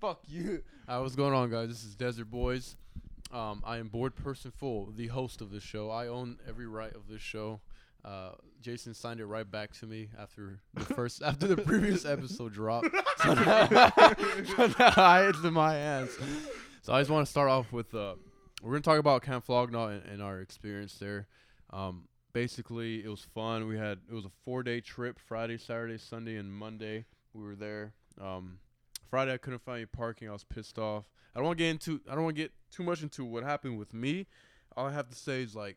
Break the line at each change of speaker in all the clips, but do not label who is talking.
Fuck you. Uh, what's going on, guys? This is Desert Boys. Um, I am board person full, the host of this show. I own every right of this show. Uh, Jason signed it right back to me after the first, after the previous episode dropped. So now, so now it's in my hands. So I just want to start off with uh, we're gonna talk about Camp Flognaw and, and our experience there. Um, basically, it was fun. We had it was a four day trip: Friday, Saturday, Sunday, and Monday. We were there. Um, Friday, I couldn't find any parking. I was pissed off. I don't want to get into. I don't want to get too much into what happened with me. All I have to say is like,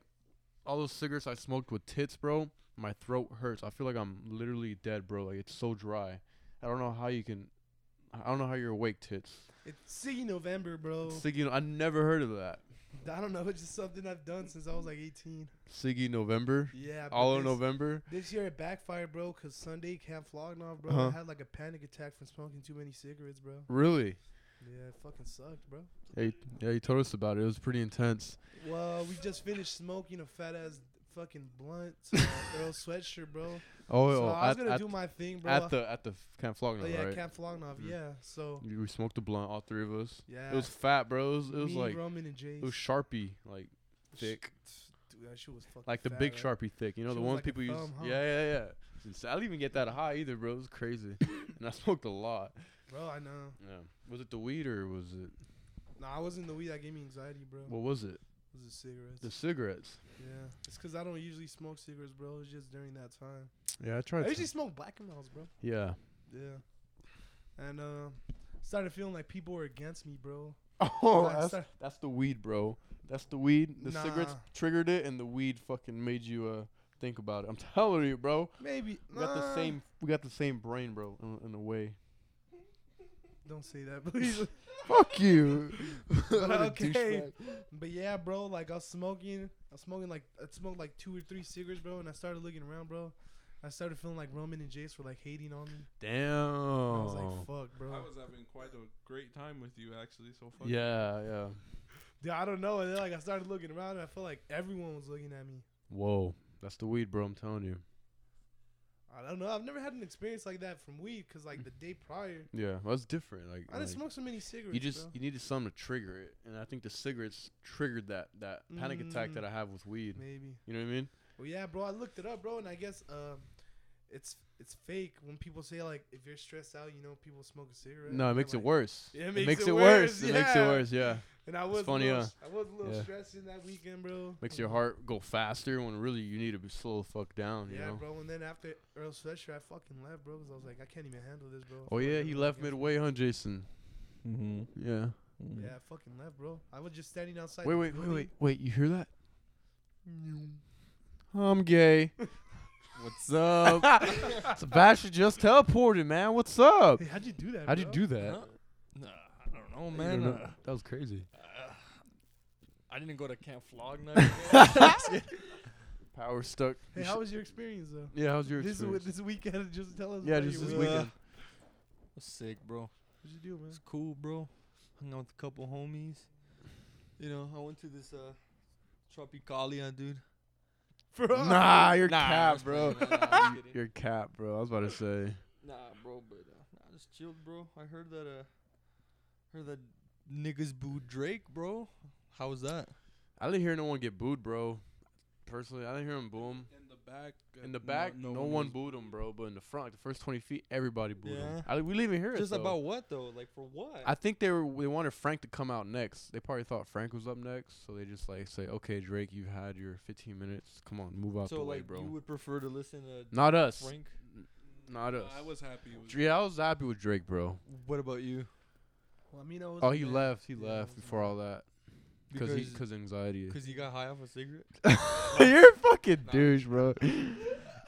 all those cigarettes I smoked with tits, bro. My throat hurts. I feel like I'm literally dead, bro. Like it's so dry. I don't know how you can. I don't know how you're awake, tits.
It's Siggy November, bro.
Siggy, I never heard of that.
I don't know. It's just something I've done since I was like 18.
Siggy November.
Yeah. but
All of
this,
November.
This year it backfired, bro, because Sunday Camp Flognaw, bro,
Uh-huh.
I had like a panic attack from smoking too many cigarettes, bro.
Really?
Yeah, it fucking sucked, bro.
Yeah, you- yeah, you told us about it. It was pretty intense.
Well, we just finished smoking a fat ass fucking blunt, so my Earl sweatshirt, bro.
Oh,
so
oh,
I was
at,
gonna
at,
do my thing, bro.
at the at the f- Camp Flogger,
oh, yeah,
right?
Camp Flognaw,
Mm.
yeah. So
We we smoked a blunt, all three of us.
yeah,
It was fat, bro. It was, it was
me,
like
Roman and Jace.
it was sharpie, like thick,
Dude, that shit was fucking
like the
fat,
big
right?
sharpie thick. You know
She
the
was
ones
like a
people use.
thumb, huh?
Yeah, yeah, yeah. It's insane. I didn't even get that high either, bro. It was crazy, and I smoked a lot.
Bro, I know.
Yeah. Was it the weed or was it
Nah, I wasn't the weed that gave me anxiety, bro.
what was it?
It was the cigarettes.
The cigarettes.
Yeah, it's because I don't usually smoke cigarettes, bro. It's just during that time.
Yeah, I tried.
I usually smoke black and milds, bro.
yeah.
Yeah, and uh, started feeling like people were against me, bro.
Oh,
That's-
that's, that's the weed, bro. That's the weed. The cigarettes
Nah.
triggered it, and the weed fucking made you uh think about it. I'm telling you, bro.
Maybe
We got
nah,
the same. We got the same brain, bro. In, in a way.
Don't say that, please.
Fuck you. What a
Okay.
douchebag.
but yeah, bro. Like I was smoking, I was smoking like I smoked like two or three cigarettes, bro. And I started looking around, bro. I started feeling like Roman and Jace were like hating on me.
Damn.
I
Oh.
was like, fuck, bro.
I was having quite a great time with you actually. So fuck. you.
yeah, yeah.
Dude, I don't know. And then like I started looking around, and I felt like everyone was looking at me.
Whoa, that's the weed, bro. I'm telling you.
I don't know. I've never had an experience like that from weed, cause like the day prior,
Yeah, that's different. Like,
I didn't
like-
smoke so many cigarettes.
you just
bro.
you needed something to trigger it, and I think the cigarettes triggered that that panic attack
Mm.
that I have with weed.
maybe.
You know what I mean?
Well, yeah, bro. I looked it up, bro, and I guess um, it's it's fake when people say like if you're stressed out, you know, people smoke a cigarette.
No, it
I'm
makes it
like-
worse.
Yeah, it
it
makes
makes
it
it worse.
worse,
It makes it
yeah.
worse. Yeah,
And I was
funny,
funny,
huh?
I was a little
Yeah.
stressed in that weekend, bro.
makes your heart go faster when really you need to be slow the fuck down. You
Yeah,
know?
bro. And then after Earl Sweatshirt, I fucking left, bro, because I was like, I can't even handle this, bro.
Oh
Fuck
yeah, he
everyone
left
against me.
midway, huh, Jason?
Mm-hmm.
Yeah.
Yeah, I fucking left, bro. I was just standing outside.
Wait,
the
wait, wait,
building.
wait, wait. You hear that? I'm gay. What's up? Sebastian just teleported, man. What's up?
Hey, how'd you do that?
How'd you
bro?
do that?
Nah, I don't know,
You
man.
know,
Uh,
that was crazy.
uh, I didn't go to Camp Flogna. before.
Power stuck.
Hey, how was your experience though?
yeah, how's your
This
experience?
is this weekend. Just tell us.
yeah,
about
just
your
this
uh,
weekend.
weekend.
was sick, bro.
What'd you do, man?
It was cool, bro. Hung out with a couple homies. You know, I went to this uh, Tropicalia, dude.
Bro.
Nah, you're
Nah,
cap,
just
bro.
kidding, nah, I'm just kidding.
You're cap, bro. I was about to say.
Nah, bro, but uh, nah, just chilled, bro. I heard that uh, heard that niggas booed Drake, bro. How was that?
I didn't hear no one get booed, bro. Personally, I didn't hear him boo him.
In the back. uh,
In the back, no, one
was-
booed him, bro. But in the front, like the first twenty feet, everybody booed him.
Yeah.
I, we didn't even hear
Just
it. though.
about what though? Like for what?
I think they were they wanted Frank to come out next. They probably thought Frank was up next, so they just like say, "Okay, Drake, you've had your 15 minutes. Come on, move out
so
the
like
way, bro."
you would prefer to listen to
Not us.
Frank?
Not us.
I was happy. With
yeah, I was happy with Drake, bro.
What about you?
Well, I mean, I was.
Oh, he left. He
Yeah, I
left
wasn't
before all that because he because anxiety.
Cause you got high off a cigarette.
You're a fucking douche, bro.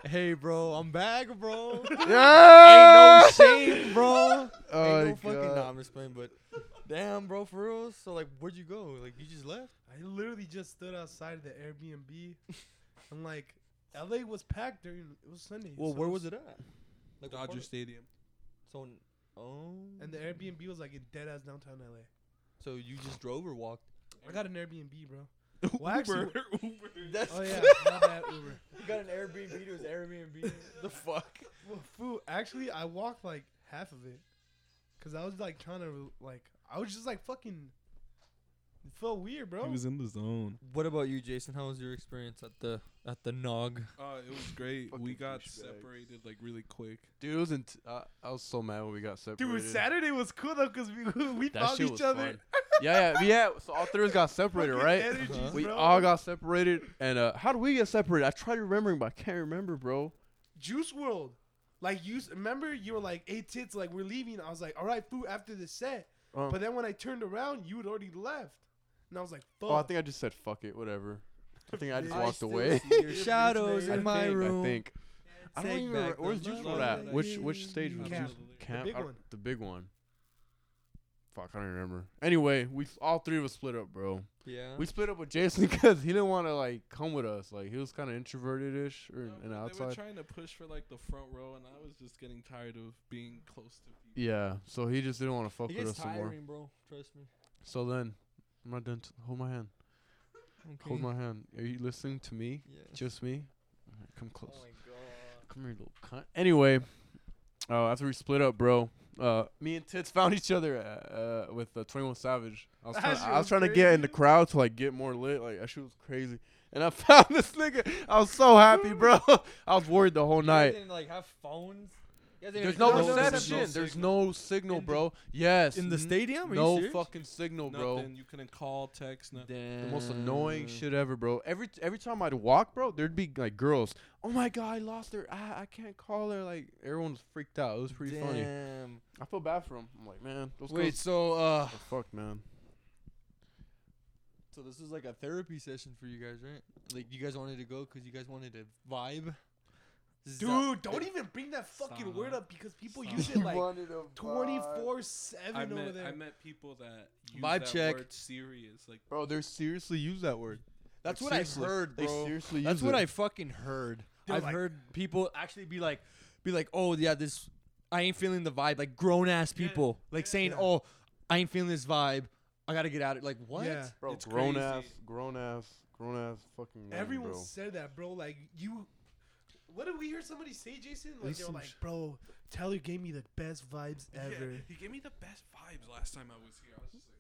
hey, bro, I'm back, bro.
yeah.
Ain't no shame, bro.
Oh
Ain't no
my
fucking. Nah,
God.
I'm just playing, but damn, bro, for real. So like, where'd you go? Like, you just left?
I literally just stood outside of the Airbnb. I'm like, LA was packed during. It was Sunday.
Well,
so
where was it at? Like what part
Dodger
of-
Stadium.
So, n- oh.
And the Airbnb was like in dead ass downtown LA.
So you just drove or walked?
I got an Airbnb, bro. Well, actually,
Uber. Uber.
That's
oh yeah, my bad, Uber.
you got an Airbnb to his Airbnb. the fuck?
Well, food. Actually, I walked like half of it. 'Cause Cause I was like trying to like I was just like fucking. It felt weird, bro.
He was in the zone.
What about you, Jason? How was your experience at the at the Nog?
Uh, it was great. we
Fucking
got
douchebags.
separated like really quick.
Dude, it was int- I, I was so mad when we got separated.
Dude, Saturday was cool though, cause we we
That
found
shit
each
was
other.
fun. Yeah, yeah, yeah. So all three of us got separated,
Fucking
right? Uh-huh.
energies,
We
bro.
all got separated, and uh, how did we get separated? I tried remembering, but I can't remember, bro.
Juice World. Like you s- remember, you were like, "Hey tits, like we're leaving." I was like, "All right, food after the set."
Um,
But then when I turned around, you had already left, and I was like, "Fuck."
oh, I think I just said fuck it, whatever. I think I just
I
walked away.
Your
bitch,
shadows
nigga.
I
in my
think,
room.
I think. I don't
Take
even.
back
remember-
the
Where's Juice
love
World
I
at? Which which
gave
stage was
you.
Juice Camp?
big
I-
one.
The big one. Fuck, I don't remember. Anyway, we all three of us split up, bro.
Yeah.
We split up with Jason because he didn't want to like come with us. Like he was kind of introverted ish or
Uh,
and
They were
outside.
trying to push for like the front row, and I was just getting tired of being close to people.
Yeah, so he just didn't want to fuck
It
with
gets
us anymore.
tiring, bro. Trust me.
So then, I'm not done. T- hold my hand. Hold
Okay.
my hand. Are you listening to me?
Yeah.
Just me? Alright, come close.
Oh my god.
Come here, little cunt. Anyway, uh, after we split up, bro, uh, me and Tits found each other uh, uh, with uh, 21 Savage. I was,
That
trying,
shit
I was
was
trying to get in the
crazy.
crowd to like get more lit. Like that shit was crazy. And I found this nigga. I was so happy, bro. I was worried the whole
You
night.
guys didn't like have phones. You guys didn't
There's
even
no
know there was a
reception.
signal.
There's no signal,
In the-
bro. Yes.
in the
n-
stadium. Are
No
you serious?
fucking signal, bro.
Nothing. You couldn't call, text, nothing.
The most annoying
Damn.
shit ever, bro. Every every time I'd walk, bro, there'd be like girls. Oh my god, I lost her. I, I can't call her. Like everyone was freaked out. It was pretty funny.
Damn.
I feel bad for him. I'm like, man, those
Wait,
girls
so uh,
are fucked, man.
so this was like a therapy session for you guys, right? Like you guys wanted to go because you guys wanted to vibe. Is that-
Dude, don't even bring that fucking
Stop.
word up because people
Stop.
use it like twenty four
I
seven over
met,
there.
I met people that use
Vibe
that
check.
word serious. Like
bro. They seriously use that word.
That's
Like,
what I've
seriously.
heard,
They
bro.
seriously
That's
use
what
it.
I fucking heard.
They're
I've
like-
heard people actually be like, be like, oh yeah, this I ain't feeling the vibe. Like grown ass people, like saying,
Yeah.
oh, I ain't feeling this vibe. I gotta get out of like what?
Yeah.
bro.
It's
grown
crazy.
ass, grown ass, grown ass, fucking. women,
Everyone
bro.
said that, bro. Like you, what did we hear somebody say, Jason? Like
There's
they're
some
like,
sh-
bro, Taylor gave me the best vibes
Yeah,
ever.
he gave me the best vibes last time I was here. I was just like,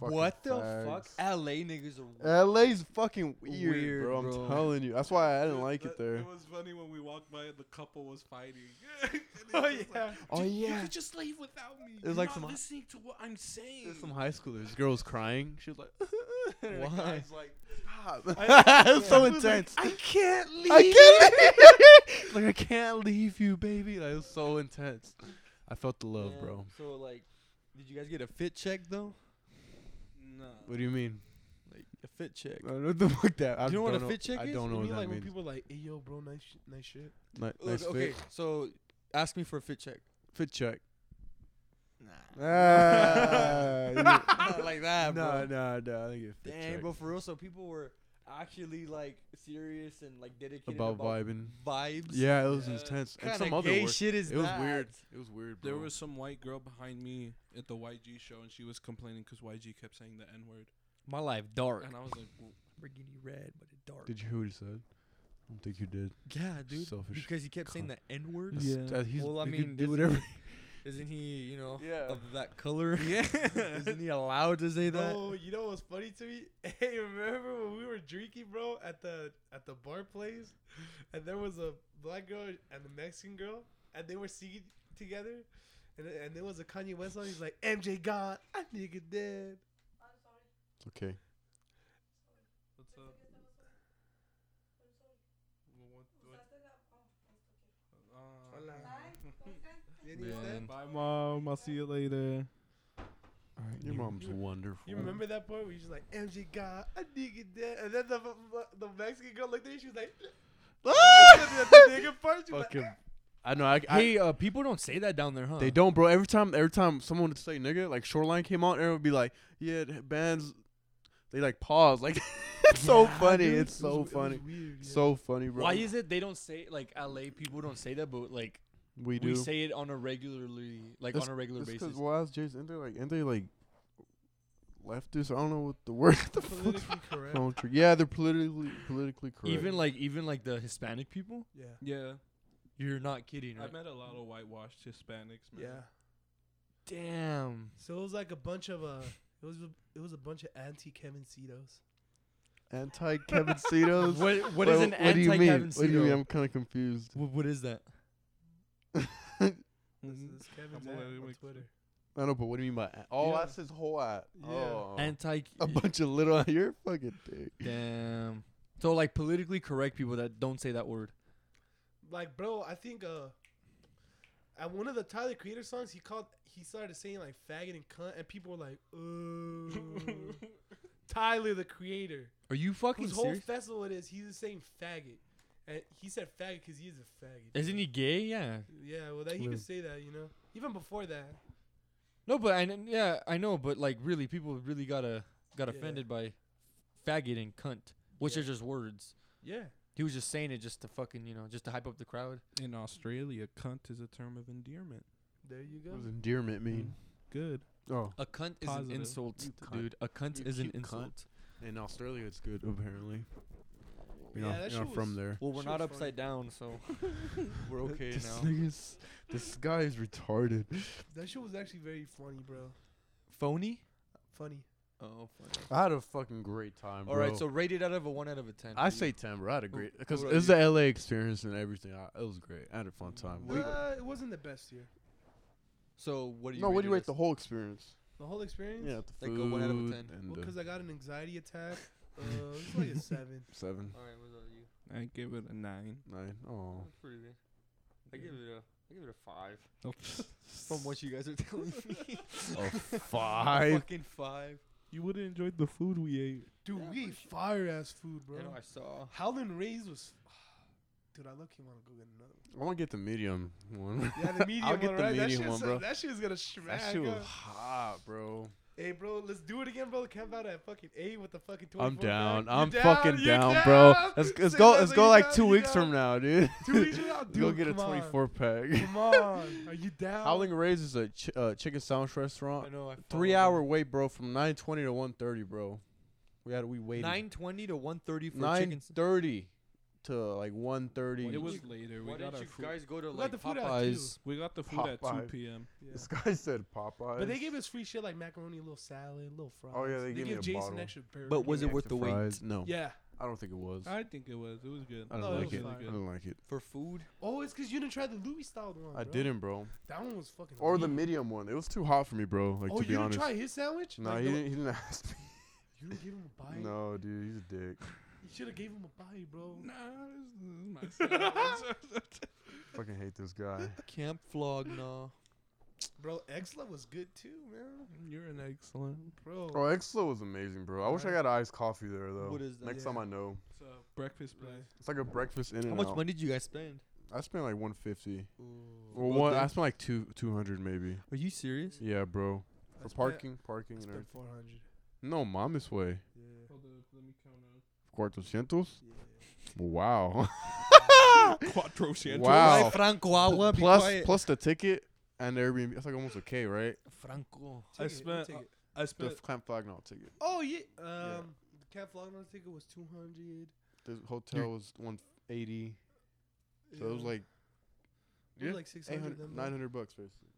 Fucking
what the
fags.
fuck? LA niggas are.
LA's fucking weird,
Weird,
bro. I'm
bro.
telling you. That's why I didn't
Dude,
like it
that-
there.
It was funny when we walked by, the couple was fighting. And it's
Oh
just
yeah.
like,
Oh
"Dude,
yeah.
You could just leave without me.
was
You're
like
not
some-
listening to what I'm saying.
There's some high schoolers. This girl was crying. She was like, and the
Why?
guy's like, stop.
I-
It was so
I was like,
intense.
I can't leave.
I can't leave. like I can't leave you, baby. Like, it was so intense. I felt the love,
Yeah.
bro.
So like, did you guys get a fit check though?
No.
What do you mean?
Like a fit check.
I don't know what that. I
You know what a
don't
fit check
I
is?
don't
You
know what
mean
that
like when
means.
people are like, hey yo, bro, nice, sh- nice shit.
Ni-
Look,
nice
okay,
fit.
so ask me for a fit check.
Fit check.
Nah.
Ah, you-
Not like that, bro.
Nah, nah, nah. I think it's fit
Dang,
check.
bro, for real. So people were actually like serious and like dedicated
About
about,
vibing.
vibes.
Yeah, it was
Yeah.
intense. And
Kinda
some other
gay
word.
shit is
It was
that?
weird. It was weird, bro.
There was some white girl behind me at the YG show, and she was complaining because YG kept saying the N word,
My life dark.
and I was like, "Well,
Burgundy red, but it dark.
Did you hear what he said? I don't think you did.
yeah, dude.
Selfish
Because he kept saying the N word.
That's-
Yeah.
that- he's-
Well, I
he could
mean,
do
this-
whatever.
Isn't he, you know,
Yeah.
of that color?
Yeah.
Isn't he allowed to say that?
Bro, Oh, you know what's funny to me? Hey, remember when we were drinking, bro, at the at the bar place, and there was a black girl and a Mexican girl, and they were singing together, and and there was a Kanye West song. He's like, MJ gone, I nigga dead.
Okay.
"What's up?" Well, what- what- Uh,
You know what I'm saying?
Bye,
Um,
mom. I'll see you later.
Your mom's wonderful.
You remember that part where you just like MJ God, I nigga dead, and then the the Mexican girl looked at you, she was like, the nigga part, she was like,
Ah! Fucking. I know. I, I
hey, uh, people don't say that down there, huh?
they don't, bro. Every time, every time someone would say nigga, like Shoreline came on, everyone would be like, yeah, the bands. They like pause. Like, it's so
Yeah,
funny.
dude,
It's
it was- it
so
was
funny.
weird, yeah.
So funny, bro.
Why is it they don't say like LA people don't say that, but like
we
we,
do?
say it on a regularly, like
That's-
on a regular basis.
because well, Jay's ain't they like ain't they like leftists? I don't know what the word. the fuck. Oh.
politically correct.
Country. Yeah, they're politically politically correct.
Even like even like the Hispanic people,
Yeah.
Yeah,
you're not kidding, right?
I met a lot of whitewashed Hispanics. Man.
Yeah.
Damn.
So it was like a bunch of uh, it was a, it was a bunch of anti Kevin Cetos.
Anti Kevin Cetos.
What, what
Wha-
is an
what do you mean?
anti-Kevin
What do you mean?
Cedo?
I'm kind of confused.
Wh- what is that?
This
Mhm.
is Kevin's
Couple
ad
of
on
weeks.
Twitter.
I know, but what do you mean by? a- Oh,
Yeah.
that's his whole ass.
Yeah.
Oh.
Anti.
a bunch of little. You're a fucking dick.
Damn. So like politically correct people that don't say that word.
Like, bro, I think uh, at one of the Tyler Creator songs, he called he started saying like faggot and cunt, and people were like, "Ooh, Tyler the Creator."
Are you fucking
whose whole
serious?
festival it is, he's just saying faggot. And he said faggot because he is a faggot.
Isn't he gay? Yeah.
Yeah, well, that he
Well-
could say that, you know. Even before that,
No, but I kn- yeah I know, but like really, people really gotta got
Yeah.
offended by faggot and cunt, which
Yeah.
are just words.
yeah.
He was just saying it just to fucking you know just to hype up the crowd.
In Australia, cunt is a term of endearment.
There you go.
What does endearment mean?
Good.
Mm.
Oh,
A cunt is an
Positive.
insult,
You cunt.
dude. A cunt
You
is an
cute cunt.
insult.
In Australia, it's good apparently.
Yeah,
You're not,
that
you're not
shit
from
was-
there.
Well, we're
Shit
not
was funny.
upside down, so we're okay
this
now.
nigga's- this guy is retarded.
That shit was actually very funny, bro.
Phony.
Funny.
Oh, funny.
I had a fucking great time.
All
bro.
right, so rated out of a one out of a ten.
I
for you.
say ten, bro. I had a
Who-
great because
who
it
are
was
you?
the LA experience and everything. I, it was great. I had a fun time.
We-
uh, it wasn't the best year.
So what do you?
No, what do you rate
us?
the whole experience?
The whole experience?
Yeah, the
Like
food
a one out of a 10.
and
Well,
the
because I got an anxiety attack. Uh, it was like a seven.
seven,
All right, what about you?
I give it a nine.
nine. Oh,
That's pretty good. I
Yeah.
give it a I give it a five.
From
From what you guys are telling me,
a Oh, five.
fucking five.
you would have enjoyed the food we ate.
Dude,
Yeah,
we ate fire ass food, bro.
You know, I saw.
Howlin' Rays was. Dude, I look you want to go get another one.
I want to get the medium one.
Yeah, the medium
I'll get
one,
the
right? that,
medium
shit's-
one, bro.
that shit's gonna smack.
That shit
huh?
was hot, bro.
Hey, bro, let's do it again, bro. Camp out at fucking eight with the fucking. 24
I'm down.
Pack.
I'm
You're
fucking
You're
down, bro.
down.
Let's, let's
Say
go.
that,
Let's
so
go
you're
like
down,
two
you're
weeks
down.
from now, dude.
Two weeks from now, dude.
go get a
come on.
24 pack.
Come on, are you down?
Howling Rays is a ch- uh, chicken sandwich
I
restaurant.
know. I
Three hour wait, bro, from 9:20 to 1:30, bro. We had we waited.
Nine twenty to one thirty for
nine
chicken.
thirty to like one thirty.
It
did
was
you-
later. We got
Why didn't
our
you
food.
guys go to
got
like
the food out,
Popeyes?
we got the food at
Popeye.
two p.m.
Yeah.
this guy said Popeye.
But they gave us free shit like macaroni, a little salad, a little fries.
Oh, yeah, they gave me
gave
a
Jason
bottle.
extra burger.
But was it worth
Extra
the wait
fries? No,
Yeah.
I don't think it was. I
I think it was. It was good.
don't
No, it
like
was
it.
fine.
I
Oh.
don't like it.
for food?
Oh, it's because you didn't try the Louis style one.
I
bro.
didn't, bro.
That one was fucking.
or the
weak.
medium one. It was too hot for me, bro. Like
oh,
to
you
be
didn't
honest.
try his sandwich?
No,
Like,
he
the-
didn't, he didn't ask me.
You didn't give him a bite.
No, dude, he's a dick.
You should have gave him a bite, bro.
Nah, this is my sandwich.
Fucking hate this guy.
Camp vlog, nah.
Bro, Exla was good too, man.
You're an excellent.
Bro.
Oh, Exlo was amazing, bro. I wish I
Alright.
got iced coffee there though.
What is that?
Next
Yeah.
time I know,
So breakfast place.
it's like a breakfast in and
How
out.
much money did you guys spend?
I spent like 150.
Ooh.
Well, one, I spent like two 200 maybe.
Are you serious?
Yeah, bro.
I
For
spent-
parking, parking
I
and
spent
everything.
400.
No, mama's way.
Yeah.
Hold up, let me count out.
Cuatrocientos.
Yeah.
Wow.
Quattro Santos.
Wow.
Franco agua. be
plus
quiet.
plus the ticket and the Airbnb. That's like almost a K, right?
Franco.
I
Take it,
spent-
take it.
I
The
spent.
Camp Flagnall ticket.
Oh yeah. Um, the Camp Flognon ticket was 200.
The hotel was 180. So it was
Yeah.
like
It was
yeah,
like 600
800,
then,
900 bucks basically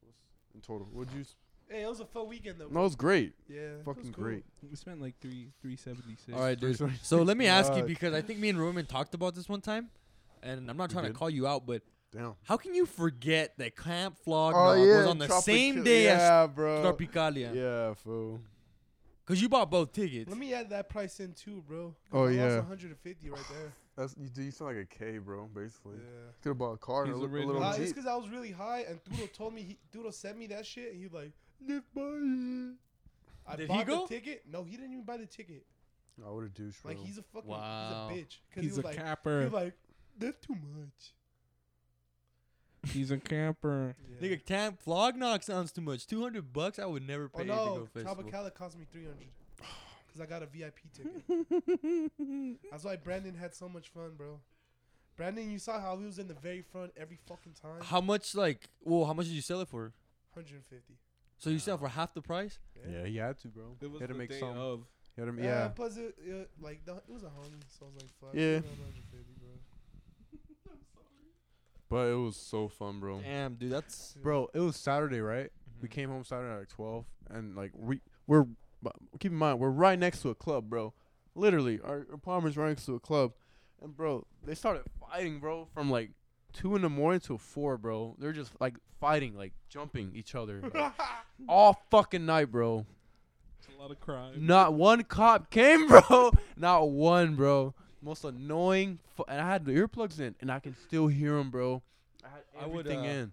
in total. Would you? s-
Hey, it was a fun weekend though.
No, it was great.
Yeah. it was
Fucking
cool.
great.
We spent like three three seventy six.
All right, dude. So let me ask you
God.
because I think me and Roman talked about this one time, and I'm not
We
trying to
did?
call you out, but
Damn.
how can you forget that Camp Flog was on the same day
Oh, yeah,
as
bro.
Tropicalia?
Yeah, fool.
Cause you bought both tickets.
Let me add that price in too, bro. 'cause
Oh,
I lost
yeah.
150 right there.
That's you. do- You sound like a K, bro. Basically,
yeah.
could have bought a car and a,
He's
li- a
original.
little
Uh, it's
Jeep.
because I was really high, and Doodle told me he Doodle sent me that shit, and he like live by it. I
Did he
bought
go?
the ticket. No, he didn't even buy the ticket.
I would have Oh, douche, bro.
Like he's a fucking
Wow.
he's a bitch. 'Cause he
He's
was
a
like he
camper.
was like that's too much.
He's a camper.
Nigga, Camp Flog knock sounds too much. Two hundred bucks, I would never
oh
pay to
no,
go festival.
Tropicala cost me 300 because I got a VIP ticket. That's why Brandon had so much fun, bro. Brandon, you saw how he was in the very front every fucking time.
How much? Like, well, how much did you sell it for?
150.
So you sell it for half the price?
yeah, he had to, bro.
It was
had to
the
make
day
some.
of.
He had to,
Uh,
yeah.
plus, it, it, like the, it was a homie, so I was like, fuck.
Yeah.
around 150, bro.
But it was so fun, bro.
Damn, dude, that's
Bro, it was Saturday, right?
Mhm.
Mm-hmm.
We came home Saturday night at twelve, and like we we're but keep in mind we're right next to a club, bro. Literally, our our apartment's right next to a club, and bro, they started fighting, bro, from like two in the morning till four, bro. They're just like fighting, like jumping each other, like, all fucking night, bro.
It's a lot of crime.
Not one cop came, bro. Not one, bro. Most annoying. Fu- and I had the earplugs in, and I can still hear them, bro. I had
I would,
everything
uh,
in.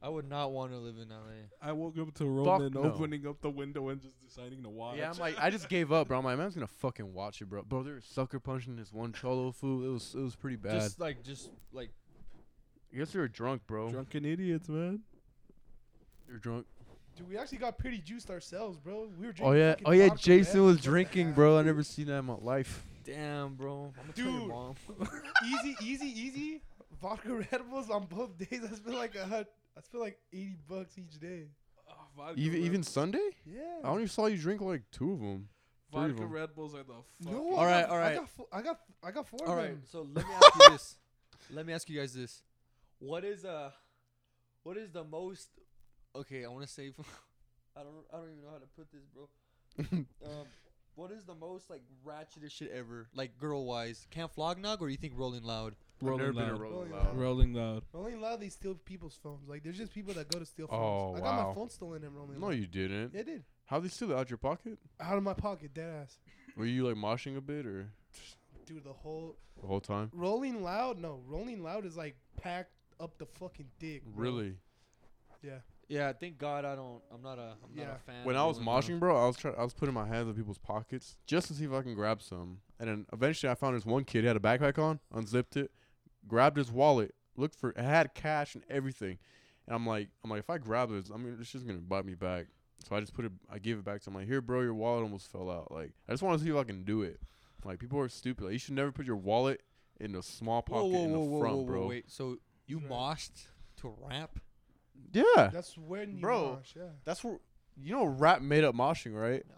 I would not want to live in LA.
I woke up to Roman
no.
opening up the window and just deciding to watch.
Yeah, I'm like, I just gave up, bro. I'm like, man's gonna fucking watch it, bro. Bro, they were sucker punching this one cholo fool. It was, it was pretty bad.
Just like, just like,
I guess they were drunk, bro.
Drunken idiots, man.
They were drunk.
Dude, we actually got pretty juiced ourselves, bro. We were drinking.
Oh yeah,
fucking
oh yeah.
vodka,
Jason
man.
was
What the
drinking,
heck?
bro. I never seen that in my life.
damn, bro. I'm gonna tell
Dude.
your mom.
easy, easy, easy. Vodka Red Bulls on both days. I spent like a hun- I spent like eighty bucks each day.
Even even Sunday?
Yeah.
I only saw you drink like two of them. three of
vodka
them.
Red Bulls are the fuck.
No,
All right,
I got,
all
I
right.
got, fo- I got, I got four
All
of
right,
them.
so let me ask you this. Let me ask you guys this. What is uh, what is the most? Okay, I want to say, I don't, I don't even know how to put this, bro. Um, what is the most like ratchetest shit ever, like girl wise? Camp Flognog or you think Rolling Loud?
I've never
Rolling
been a
loud.
rolling
Rolling
loud.
Loud.
Rolling loud.
Rolling Loud, they steal people's phones. Like, there's just people that go to steal
Oh,
phones. I got
wow.
my phone stolen in Rolling
No,
Loud.
you didn't.
Yeah, I did.
How they steal it out your pocket?
Out of my pocket, dead ass.
Were you like moshing a bit or
Dude, the whole
the whole time?
Rolling Loud, no, Rolling Loud is like packed up the fucking dick. bro.
Really?
Yeah, thank God I don't. I'm not a. I'm
Yeah.
not a fan.
When
of
I was
Rolling Loud.
moshing, bro, I was trying. I was putting my hands in people's pockets just to see if I can grab some. And then eventually, I found this one kid. He had a backpack on, unzipped it, grabbed his wallet, looked for. It had cash and everything. And I'm like, I'm like, if I grab this, I mean, it's just gonna bite me back. So I just put it. I gave it back to him. Like, here, bro, your wallet almost fell out. Like, I just want to see if I can do it. Like, people are stupid. Like, you should never put your wallet in the small
Whoa,
pocket
whoa,
in the
whoa, whoa,
front,
whoa, whoa,
bro.
wait. So you
Right.
moshed to rap?
Yeah,
That's when you
Bro.
mosh, yeah.
that's where you know rap made up moshing, right?
No,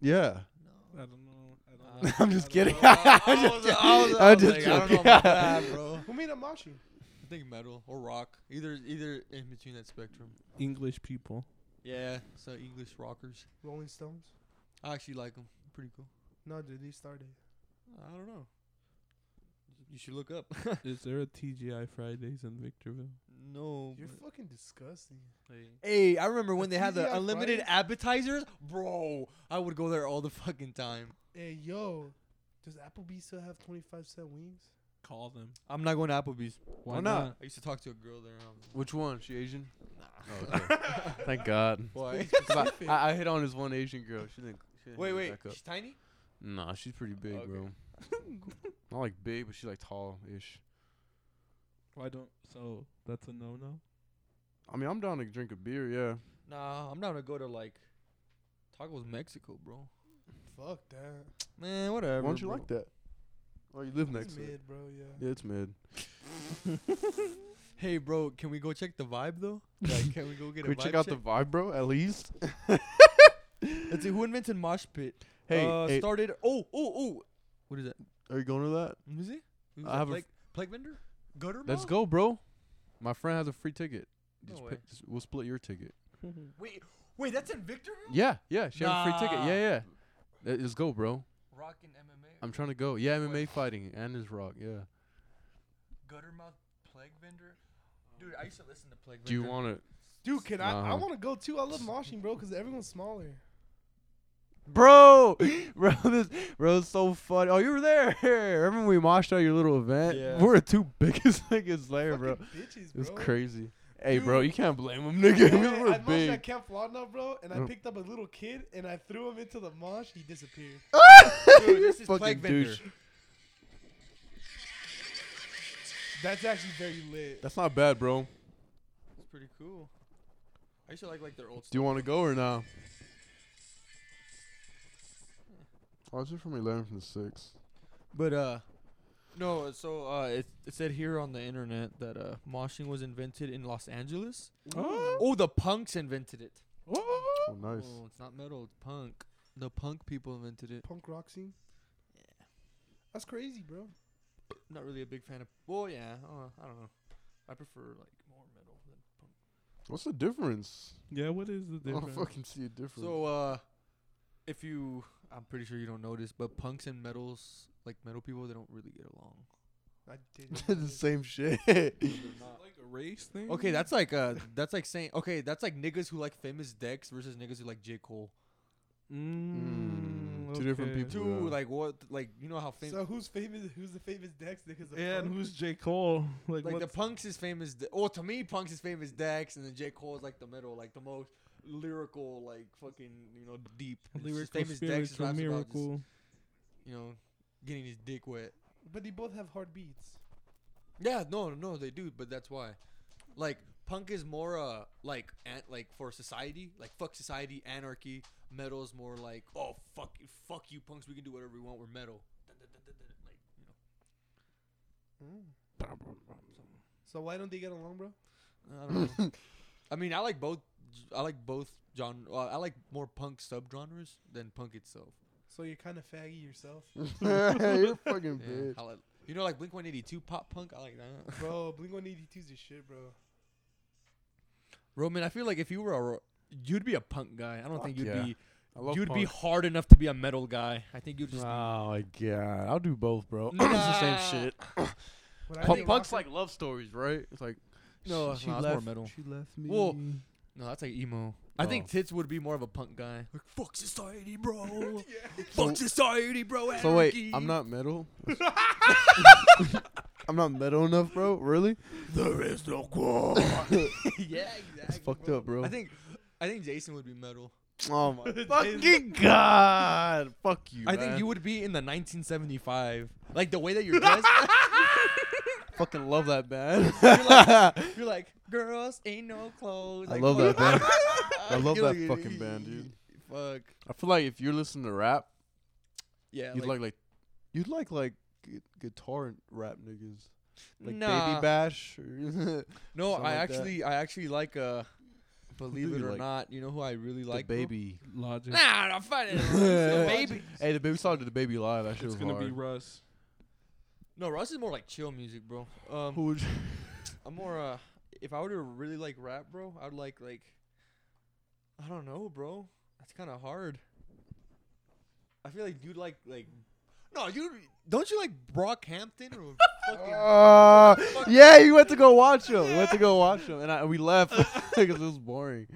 Yeah.
I
no.
don't know. I
Uh,
don't know.
I'm just
I don't
kidding.
know.
I, I was, I was, I
I'm
was
just
like, I don't know
joking.
about that, bro.
Who made up moshing?
I think metal or rock, either either in between that spectrum.
English people.
Yeah, so English rockers.
Rolling Stones?
I actually like them. Pretty cool.
No, dude, they started.
I don't know. You should look up.
Is there a TGI Fridays in Victorville?
no.
You're fucking disgusting.
Hey, I remember when
The
they had the
TGI
unlimited
Fridays?
appetizers, bro. I would go there all the fucking time.
Hey, yo, does Applebee's still have 25 cent wings?
Call them.
I'm not going to Applebee's.
Why,
not?
I used to talk to a girl there. Um,
Which one? She Asian? Oh,
nah.
Thank God.
Why?
'Cause I- I, I hit on this one Asian girl. She didn't. She didn't
wait,
hit me
wait.
back up.
She's tiny.
Nah, she's pretty big,
Okay.
bro. Not like big, but she's like tall ish.
Why don't? So that's a no-no.
I mean, I'm down to drink a beer, yeah.
Nah, I'm not gonna go to like tacos Mexico, bro.
Fuck that.
Man, whatever.
Why don't you
bro.
like that? Oh, you live
It's
next to it.
mid, bro, yeah.
Yeah, it's mid.
Hey, bro, can we go check the vibe though? Like, can we go get
Can we
a vibe
check out the vibe, bro? At least.
Let's see who invented mosh pit.
Hey,
uh,
hey,
started. Oh, oh, oh. What is that?
are you going to that?
Who is it? Who's
I
that?
have a
plague, plague vendor. Gutter.
Let's
Mob?
go, bro. My friend has a free ticket. Just
No
pay-
way.
just- we'll split your ticket.
Wait, wait. That's in Victorville.
Yeah, yeah. She has a free ticket.
Nah.
Yeah, yeah. Uh, Let's go, bro.
Rockin' MMA.
I'm trying to go. Yeah, MMA fighting and his rock. Yeah.
Guttermouth plague vendor. Dude, I used to listen to plague.
Do you want to?
Dude, can I? I
Nah.
want to go too. I love moshing, bro, because everyone's smaller.
Bro, bro, this bro is so funny. Oh, you were there. Remember we moshed at your little event?
Yeah.
We're the two biggest niggas there, bro.
Fucking Bitches,
It's
bro.
crazy. Hey,
Dude.
bro, you can't blame them, nigga.
Yeah,
we
I
were
moshed
big.
at Camp Lauderdale, bro, and I
Mm.
picked up a little kid and I threw him into the mosh. He disappeared.
Dude, this is
Fucking
plague vendor.
douche.
That's actually very lit.
That's not bad, bro. Do
It's pretty cool. I used to like like their old.
you want to go or no? Oh, it's just from eleven from six.
But uh, no. So uh, it, it said here on the internet that uh, moshing was invented in Los Angeles. Oh, the punks invented it.
Oh, nice.
Oh, it's not metal. It's punk. The punk people invented it.
Punk rock scene. That's crazy, bro.
Not really a big fan of. Well, yeah. Uh, I don't know. I prefer like more metal than punk.
What's the difference?
Yeah, what is the
I
difference?
don't fucking see a difference.
So, uh, if you, I'm pretty sure you don't notice, but punks and metals, like metal people, they don't really get along.
I didn't.
the same shit.
like a race thing?
Okay, that's like uh, that's like saying okay, that's like niggas who like famous Dex versus niggas who like J Cole.
Mm,
Mm, two different
okay.
people.
Two
Yeah.
like what like you know how famous
So who's famous? Who's the famous Dex? Because of
Yeah, and
punk?
who's J. Cole? Like,
like the
what's-
punks is famous. De- oh, to me, punks is famous Dex, and then J Cole is like the middle, like the most lyrical, like fucking you know deep. And it's just
lyrical spirits
is
for
raps about just,
miracle.
you know, getting his dick wet.
But they both have hard beats.
Yeah, no, no, they do, but that's why. Like punk is more uh like an, like for society, like fuck society, anarchy. Metal is more like oh fuck you, fuck you punks, we can do whatever we want. We're metal. Dun, dun, dun, dun, dun, Like you
So why don't they get along, bro?
know, I don't know. I mean, I like both. I like both genre. Uh, I like more punk subgenres than punk itself.
So you're kind of faggy yourself,
You're a fucking
Yeah,
bitch.
I like, you know, like Blink One Eighty Two pop punk. I like that.
bro. Blink 182's the shit, bro.
Roman, I feel like if you were a, ro- you'd be a punk guy. I don't think
Fuck
you'd
yeah.
be.
I love
You'd be
punk.
hard enough to be a metal guy. I think you'd just. be-
Oh my god, I'll do both, bro. it's the same
Nah.
shit.
When I
Punk-
think
Punk's
rocker-
like love stories, right? It's like
No,
she
no, that's more
left.
metal.
She left me.
Well, No, that's like emo. I think
Oh.
Tits would be more of a punk guy. Like, fuck society, bro.
So-
fuck society, bro. Anarchy.
so wait, I'm not metal. I'm not metal enough, bro. Really? There is no God.
yeah,
That's
exactly.
fucked
bro.
up, bro.
I think, I think Jason would be metal.
oh my fucking god! Fuck you.
I think
man.
you would be in the 1975. Like the way that you're dressed.
fucking love that band.
you're, like, you're like, girls ain't no clothes.
I
Like,
love that
fuck.
band. I love
You're
that fucking band, dude.
Fuck.
I feel like if you're listening to rap,
Yeah.
you'd like like you'd like like gu- guitar and rap niggas like
nah.
Baby Bash. Or
No,
Something
I
like that.
actually, I actually like uh, believe
do
it
you
or
like?
not, you know who I really like.
the
bro?
baby.
Logic.
Nah, I'm fighting
Yeah.
baby.
Hey, the baby song to the baby live. That shit
It's
was
gonna
hard.
be Russ.
No, Russ is more like chill music, bro. Um,
Who would you-
I'm more uh, if I were to really like rap, bro, I'd like like, I don't know, bro. That's kind of hard. I feel like you'd like like, no, you don't you like Brockhampton or fucking
Uh, yeah, you went to go watch him. We went to go watch him, and I, we left because it was boring.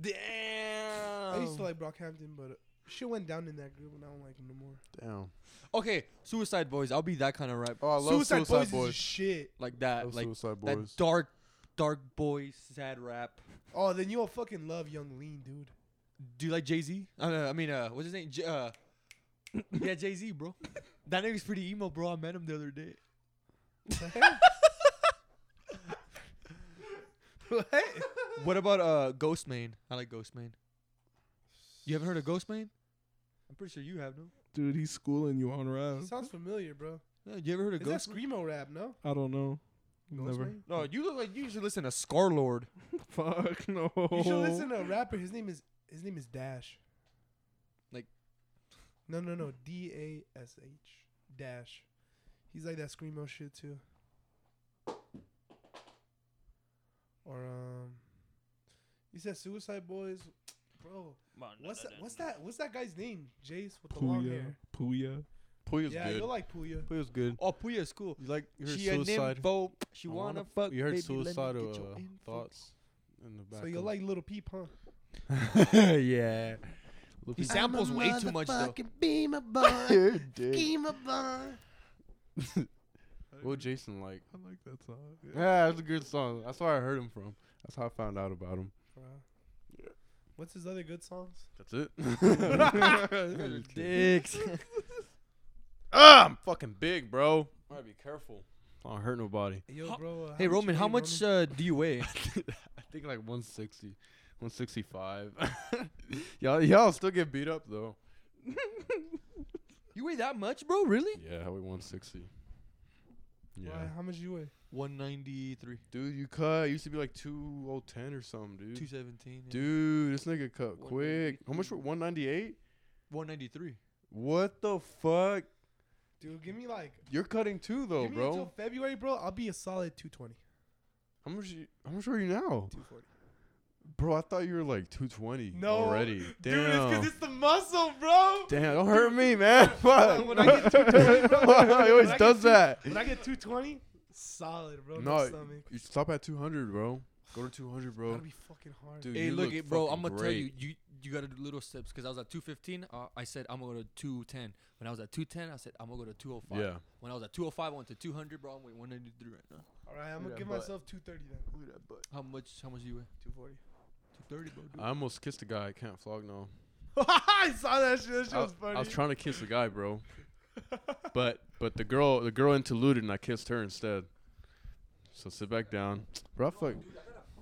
damn.
I used
Um,
to like Brockhampton, but uh, shit went down in that group, and I don't like him no more.
Damn.
okay, Suicide Boys. I'll be that kind of rap,
Oh, I love Suicide, Boys.
is shit.
like
I
that,
love
like
Suicide
that
Boys.
dark, dark boy sad rap.
Oh, then you'll fucking love Young Lean, dude.
Do you like Jay Z? I mean, I mean, uh, what's his name? J- uh, yeah, Jay Z, bro. That nigga's pretty emo, bro. I met him the other day.
What?
What about uh, Ghostmane? I like Ghostmane. You haven't heard of Ghostmane? I'm pretty sure you have, no.
Dude, he's schooling you on rap.
Sounds familiar, bro.
No, you ever heard of
Is that
Ghost?
screamo rap? No.
I don't know. Never.
Ghostway?
No, you look like you should listen to Scar Lord.
Fuck no.
You should listen to a rapper. His name is his name is Dash.
Like-
No, no, no. D A S H Dash. He's like that screamo shit too. Or um, you said Suicide Boys, bro. What's that? What's that? What's that guy's name? Jace with the long
Puya.
hair.
Puya.
Puya's
Yeah,
good.
you'll like Puya.
Puya's good.
Oh, Puya's cool.
You like you heard
She a
suicide?
nympho. She
I
wanna
wanna
fuck.
You heard
baby, let me
suicidal
get your
uh,
info.
thoughts in the back.
So you'll
of-
like Little Peep, huh?
yeah.
He samples way too much though.
You're dead. What would Jason like?
I like that song.
Yeah, that's a good song. That's where I heard him from. That's how I found out about him.
Bro. What's his other good songs?
That's it.
Dicks.
ah, I'm fucking big, bro. Gotta be careful. I don't hurt nobody.
Yo, bro. uh,
hey
you
Roman, how
weigh,
much uh, do you weigh?
I think like 160, 165. y'all, y'all still get beat up though.
you weigh that much, bro? Really?
Yeah, I weigh 160. Yeah.
Why, how much you weigh?
193,
Dude, you cut. It used to be like 2010 or something, dude.
217, yeah.
Dude, this nigga cut quick. How much? 198?
193.
What the fuck?
Dude, give me like
You're cutting too, though,
Give me until
bro.
February, bro. I'll be a solid 220.
How much? You, how much are you now,
Two forty.
bro? I thought you were like two twenty
No,
already.
Dude, it's
Damn.
because it's the muscle, bro.
Damn, don't hurt me, man. Fuck.
When I get 220, bro,
he
when
always
I get
does
two-
that.
When I get two twenty, solid, bro. No,
No,
stomach.
You stop at 200, bro. Go to 200, bro.
Gotta be fucking hard.
Dude,
Hey,
you
look,
look
it, bro. I'm
fucking
gonna tell
great.
you, you you gotta do little steps because I was at 215. Uh, I said I'm gonna go to 210. When I was at 210, I said I'm gonna go to 205.
Yeah.
When I was at 205, I went to 200, bro. I'm weighing 193 right now.
All right, I'm gonna
Yeah,
give
but-
myself two thirty then. Look at that butt.
How much? How much do you weigh?
Two forty.
230, bro.
I almost kissed a guy. I can't flog now.
I saw that shit. That shit
I,
was funny.
I was trying to kiss a guy, bro. but but the girl the girl interluded and I kissed her instead. So sit back down, bro. I fuck.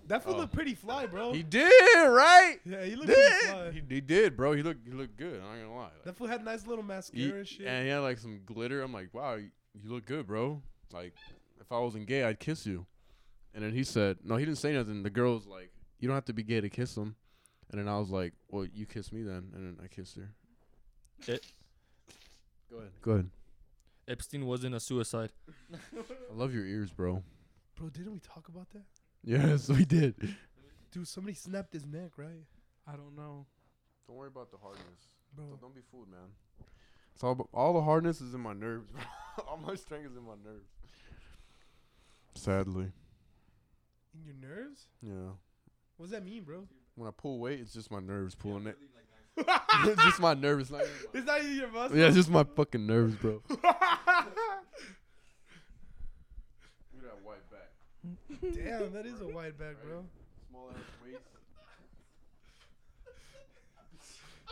that fool
Oh.
looked pretty fly, bro.
He did right.
yeah, he looked pretty
Did
fly.
he, he did, bro? He looked he looked good. I'm not gonna lie. Like,
that fool had nice little mascara
he-
and shit.
and he had like some glitter. I'm like, wow, you, you look good, bro. Like if I wasn't gay, I'd kiss you. And then he said, no, he didn't say nothing. The girl was like, you don't have to be gay to kiss him. And then I was like, well, you kiss me then. And then I kissed her. Go ahead. Go ahead.
Epstein wasn't a suicide.
I love your ears, bro.
bro, didn't we talk about that?
Yes, we did.
Dude, somebody snapped his neck, right?
I don't know.
Don't worry about the hardness.
Bro,
don't be fooled, man. It's all, abo- all the hardness is in my nerves. bro. all my strength is in my nerves. Sadly,
in your nerves?
yeah.
What does that mean, bro?
When I pull weight, it's just my nerves pulling it. it's just my nerves. Not even
It's not even your muscle.
my- yeah, it's just my fucking nerves, bro. Look at that white back.
Damn, that is a wide back, bro.
Small ass waist.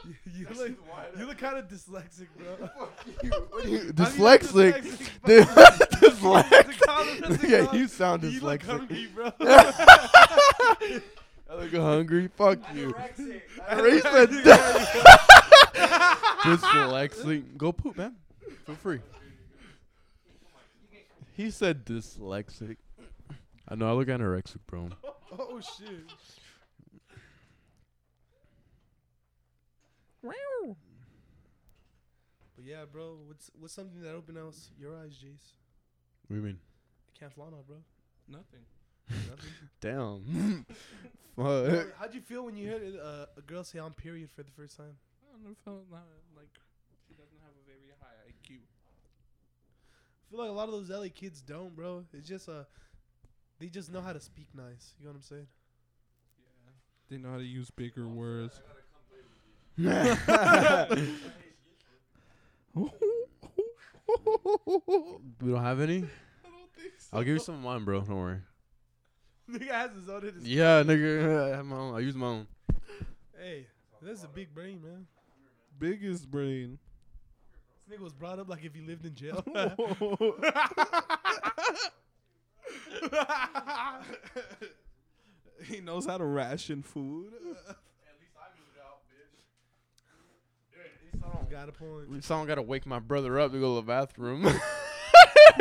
You, you look, you look kind of dyslexic, bro.
Dyslexic. Dude, dyslexic. yeah, you sound
You look
dyslexic.
hungry, bro.
I look hungry. Fuck you. Erase dyslexic. Go poop, man. Feel free. He said dyslexic. I know. I look anorexic, bro.
oh shit. But yeah, bro, what's what's something that opened out your eyes, Jace?
What do you mean?
I can't fly now, bro.
Nothing.
Nothing.
Damn. Fuck.
How'd you feel when you heard uh, a girl say "I'm period" for the first time?
I don't know. Felt not like she doesn't have a very high IQ.
I feel like a lot of those LA kids don't, bro. It's just uh, they just know how to speak nice. You know what I'm saying?
Yeah. They know how to use bigger words.
we don't have any. I'll give you some of mine, bro. Don't worry.
Nigga has his own. in his-
Yeah, nigga. I have my own. I use my own.
Hey, that's a big brain, man.
Biggest brain.
This nigga was brought up like if he lived in jail.
he knows how to ration food.
Got a point.
Someone gotta wake my brother up to go to the bathroom.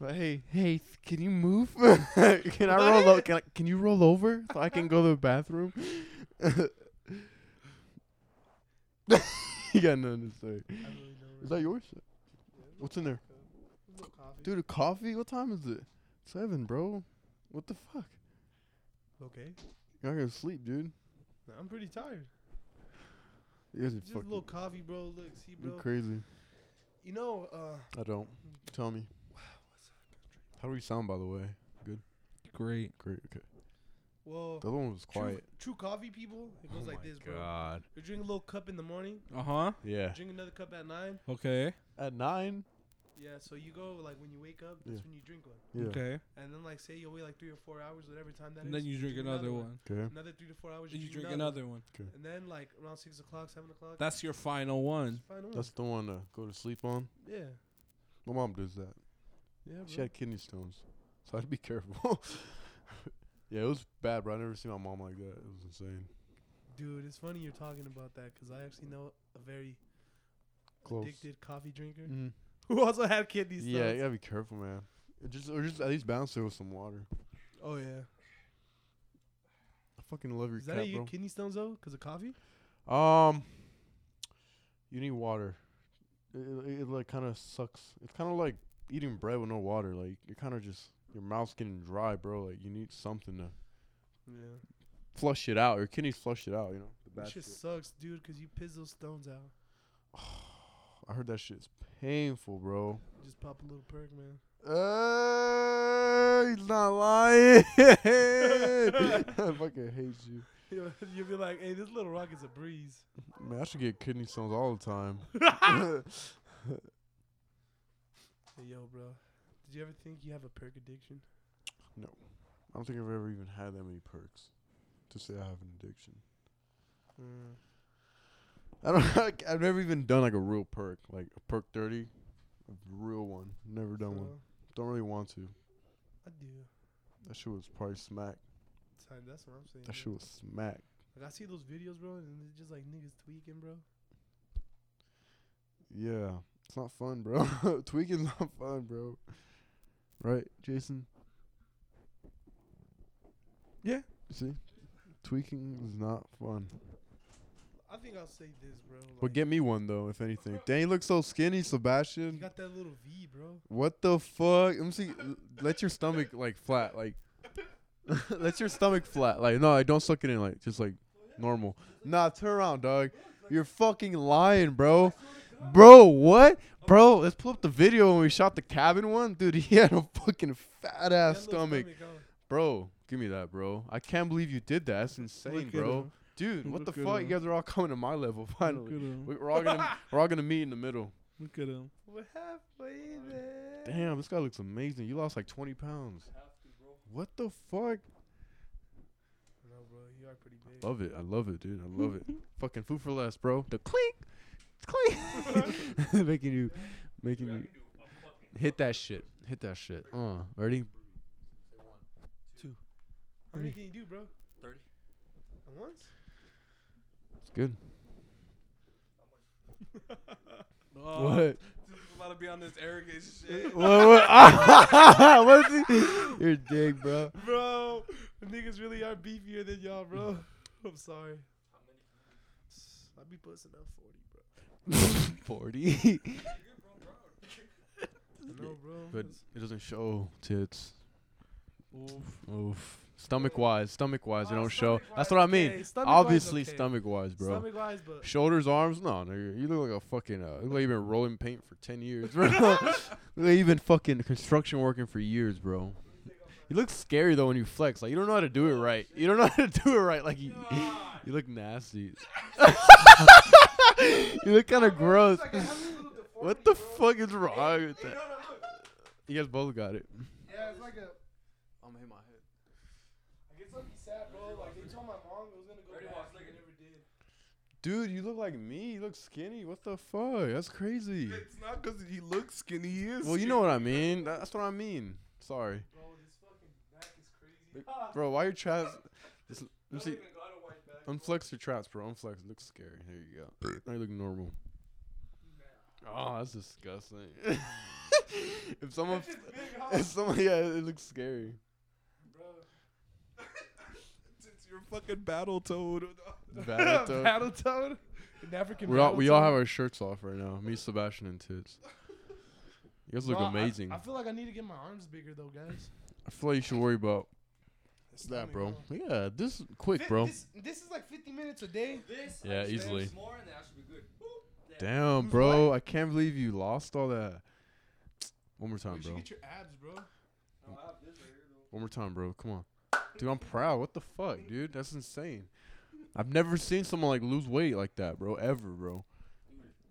but hey, hey, can you move? can I roll? O- can I, Can you roll over so I can go to the bathroom? you got nothing to say.
I really know.
Is
bro.
that yours? What's in there,
No coffee.
dude? A coffee? What time is it? Seven, bro. What the fuck?
Okay.
You're not gonna sleep, dude.
Nah, I'm pretty tired.
You guys are
Just a
fucking
little coffee, bro. Look, see,
you're
bro.
crazy.
You know, uh,
I don't. Tell me. How do we sound, by the way?
Great.
Great. Okay.
well,
The other one was
true,
quiet.
true coffee people, it goes like this, bro.
Oh God.
You drink a little cup in the morning,
Uh huh.
Yeah.
drink another cup at nine.
Okay.
At nine.
Yeah, so you go like when you wake up,
Yeah.
that's when you drink one.
Yeah. Okay.
Okay.
And then like say you wait like three or four hours, whatever time that is.
And then you drink another one.
Another three to four hours.
And you drink another one.
one. And then like around six o'clock, seven o'clock.
That's your final one.
final one.
That's the one to go to sleep on.
yeah.
My mom does that.
Yeah,
She
bro.
had kidney stones, so I'd be careful. yeah, it was bad, bro. I never seen my mom like that. It was insane.
Dude, it's funny you're talking about that because I actually know a very
Close.
addicted coffee drinker
Mhm.
who also had kidney stones.
Yeah, you gotta be careful, man. It just or just at least balance it with some water.
Oh yeah.
I fucking love your
Is that
cat,
how you
bro.
get kidney stones though? Because of coffee?
Um, you need water. It, it, it, like kind of sucks. It's kind of like eating bread with no water. Like you're kind of just your mouth's getting dry, bro. Like you need something to
Yeah.
flush it out. Your kidneys flush it out. You know. The
That shit sucks, dude, because you piss those stones out.
I heard that shit's painful, bro.
Just pop a little perk, man.
Uh, he's not lying. I fucking hate you,
You'll you'll be like, hey, this little rock is a breeze.
man. I should get kidney stones all the time.
Hey, yo, bro. Did you ever think you have a perk addiction?
I don't think I've ever even had that many perks to say I have an addiction. I don't. Like, I've never even done like a real perk, like a perk thirty, a real one. Never done one.
Well,
Don't really want to.
I do.
That shit was probably smack.
Son, That's what I'm saying.
That
bro.
shit was smack.
Like I see those videos, bro, and it's just like niggas tweaking, bro.
Yeah, it's not fun, bro. Tweaking's not fun, bro. Right, Jason? Yeah. See, tweaking is not fun.
I think I'll say this, bro. Like,
But get me one though, if anything. Dang, you look so skinny,
you
Sebastian.
got that little V, bro.
What the fuck? Let me see. l- Let your stomach like flat, like. let your stomach flat, like no, like, don't suck it in, like just like normal. Nah, turn around, dog. You're fucking lying, bro. Bro, what? Bro, let's pull up the video when we shot the cabin one, dude. He had a fucking fat
That
ass
little
stomach,
stomach,
bro. Give me that, bro. I can't believe you did that. That's insane,
at
bro.
him.
Dude, what the
Look at
fuck? You
him.
guys are all coming to my level
Look at
finally.
him.
We- We're all gonna we're all gonna meet in the middle.
Look at him.
oh. What happened, man?
Damn, this guy looks amazing. You lost like 20 pounds. What the fuck?
No, bro, you are pretty big.
Love it. I love it, dude. I love it. Fucking food for less, bro. The clink. Clink. making you making you hit that shit. Hit that shit. Uh, ready?
How many can you do, bro?
30.
At once?
It's good.
Uh,
Oh,
What?
This is about to be on this arrogant shit.
what? What? What's he- You're a dick, bro.
Bro, the niggas really are beefier than y'all, bro.
Mm.
I'm sorry. I be pussing out 40, bro.
40.
I know, bro.
But it doesn't show tits.
Oof.
Oof. Stomach wise, stomach wise, they
Oh,
don't show.
stomach-wise,
That's what I mean.
okay, stomach-wise,
Obviously,
okay.
stomach wise, bro.
Stomach wise, but
Shoulders, arms, no, nigga. You look like a fucking. Uh, you look like you've been rolling paint for ten years, bro. you look like you've been fucking construction working for years, bro. You look scary though when you flex. Like you don't know how to do it right. You don't know how to do it right. Like you, you look nasty. you look kind of gross. What the fuck is wrong with that? You guys both got it.
yeah, it's like a.
I'm gonna hit my head.
I guess like he's sad, bro. Like they told my mom it was gonna go back, and it never did.
Dude, you look like me. You look skinny. What the fuck? That's crazy.
It's not because he looks skinny. He is.
Well, you know what I mean. That's what I mean. Sorry.
Bro, this fucking back is crazy. Ah,
Look, Bro, why your traps? Just, let me see.
even got a white back.
Unflex your traps, bro. Unflex. It looks scary. There you go. Now you look normal. Oh, that's disgusting. if someone, if someone, yeah, it looks scary.
It's your fucking battle toad.
Bad though.
Battle toad. An African.
we all we all have
battle
our shirts off right now. Me, Sebastian, and Tits. You guys look
toad. Bro, I-
amazing.
I, feel like I need to get my arms bigger though, guys.
I feel like you should worry about
It's
that, bro. Yeah, this quick,
Fit-
bro.
This, this is like 50 minutes a day.
This
Yeah,
and
easily.
this More and that should be good. Woo.
Damn, bro. I can't believe you lost all that. One more
You
time,
should
bro.
get your abs, bro.
One more time, bro. Come on. Dude, I'm proud. What the fuck, dude? That's insane. I've never seen someone like lose weight like that, bro. Ever, bro.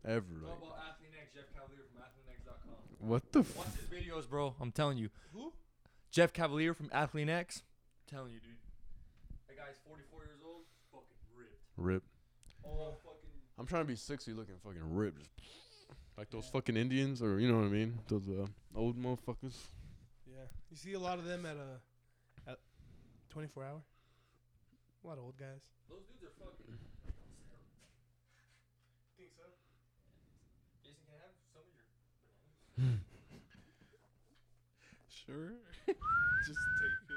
Ever. Like,
Double Athlete Next, Jeff Cavalier from AthleteNext.com.
what the f-
Watch his videos, bro. I'm telling you.
Who?
Jeff Cavalier from AthleteNext. I'm telling you, dude. That guy's 44 years old. Fucking ripped.
rip?
All fucking.
I'm trying to be 60 looking fucking ripped. Just Like those fucking Indians, or you know what I mean? Those uh, old motherfuckers.
Yeah. You see a lot of them at a at 24 hour. A lot of old guys.
Those dudes are fucking.
Mm-hmm.
Think so?
Jason, can I have some of your.
Sure. Just take it.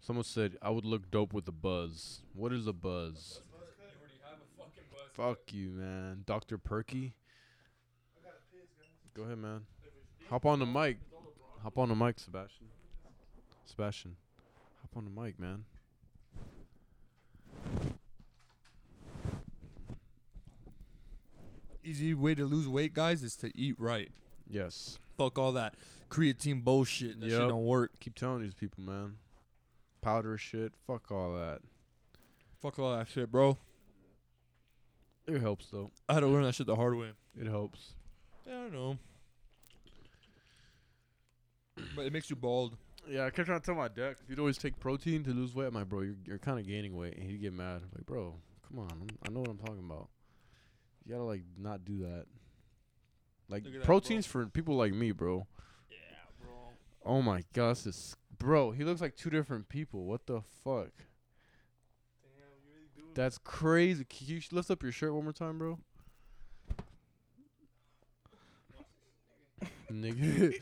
Someone said, I would look dope with a buzz. What is a buzz?
You already have a fucking buzz.
Fuck you, man. Dr. Perky? Go ahead, man. Hop on the mic. Hop on the mic, Sebastian. Sebastian, hop on the mic, man.
Easy way to lose weight, guys, is to eat right.
Yes.
Fuck all that creatine bullshit. That shit
Yep.
don't work.
Keep telling these people, man. Powder shit. Fuck all that.
Fuck all that shit, bro.
It helps though.
I had to learn that shit the hard way.
It helps.
Yeah, I don't know. But it makes you bald.
Yeah, I kept trying to tell my dad you he'd always take protein to lose weight. I'm like, bro, you're, you're kind of gaining weight, and he'd get mad. I'm like, bro, come on, I'm, I know what I'm talking about. You gotta like not do that. Like
Look at that, bro.
proteins for people like me, bro.
Yeah, bro.
Oh my gosh, this bro, he looks like two different people. What the fuck? That's crazy. Can you sh- lift up your shirt one more time, bro? Nigga.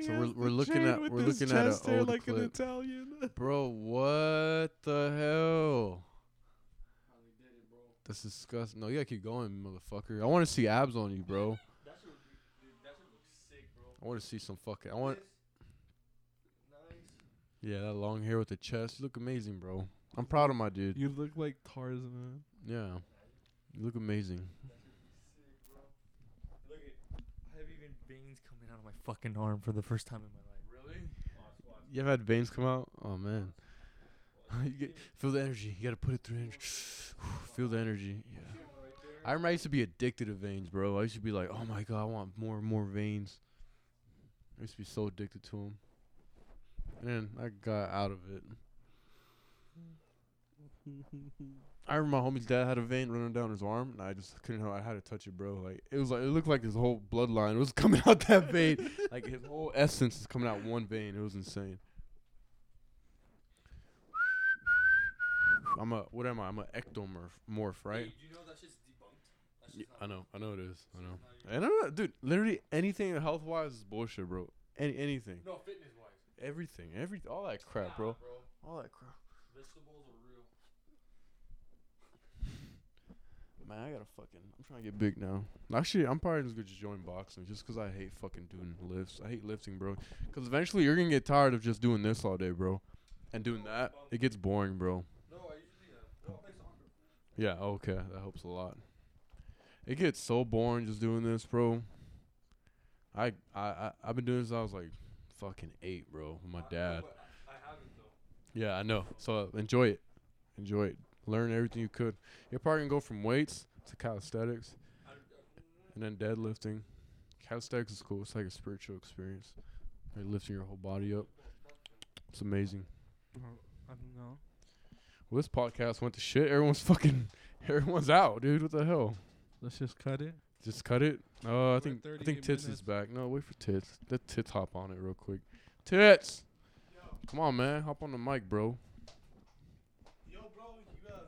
so we're we're looking at we're looking at an old
like an
clip.
Italian.
Bro, what the hell? That's disgusting. No, you gotta keep going, motherfucker. I want to see abs on you, bro.
That shit, would be- dude, that shit looks sick, bro.
I want to see some fucking. I want.
Nice.
Yeah, that long hair with the chest. You look amazing, bro. I'm proud of my dude.
You look like Tarzan.
Yeah, you look amazing.
Look at, I have even veins coming out of my fucking arm for the first time in my life. Really?
You ever had veins come out? Oh man. you get, feel the energy. You gotta put it through energy. feel the energy. Yeah. I remember I used to be addicted to veins, bro. I used to be like, oh my god, I want more and more veins. I used to be so addicted to them. And I got out of it. I remember my homie's dad had a vein running down his arm, and I just couldn't help. I had to touch it, bro. Like it was like it looked like his whole bloodline was coming out that vein. like his whole essence is coming out one vein. It was insane. I'm a what am I? I'm a ectomorph, morph, right?
Do you know that shit's debunked?
Yeah, I know, I know it is. I know. And I know, dude. Literally anything health wise is bullshit, bro. Any anything,
No, fitness wise.
everything, every all that crap, bro. All that crap.
Vegetables are real.
Man, I gotta fucking. I'm trying to get big now. Actually, I'm probably just gonna just join boxing just 'cause I hate fucking doing lifts. I hate lifting, bro. 'Cause eventually you're gonna get tired of just doing this all day, bro. And doing that, it gets boring, bro.
No, I usually uh, well, I play soccer.
Yeah, okay. That helps a lot. It gets so boring just doing this, bro. I, I, I I've been doing this since I was like fucking eight, bro, with my dad.
I haven't though.
Yeah, I know. So uh, enjoy it. Enjoy it. Learn everything you could. You're probably gonna go from weights to calisthenics, and then deadlifting. Calisthenics is cool. It's like a spiritual experience. You're lifting your whole body up. It's amazing.
I don't know.
Well, this podcast went to shit. Everyone's fucking. Everyone's out, dude. What the hell?
Let's just cut it.
Just cut it. Oh, I
We're
think I
38
think tits
minutes.
is back. No, wait for tits. Let tits hop on it real quick. Tits. Come on, man. Hop on the mic, bro.
Yo, bro, you got.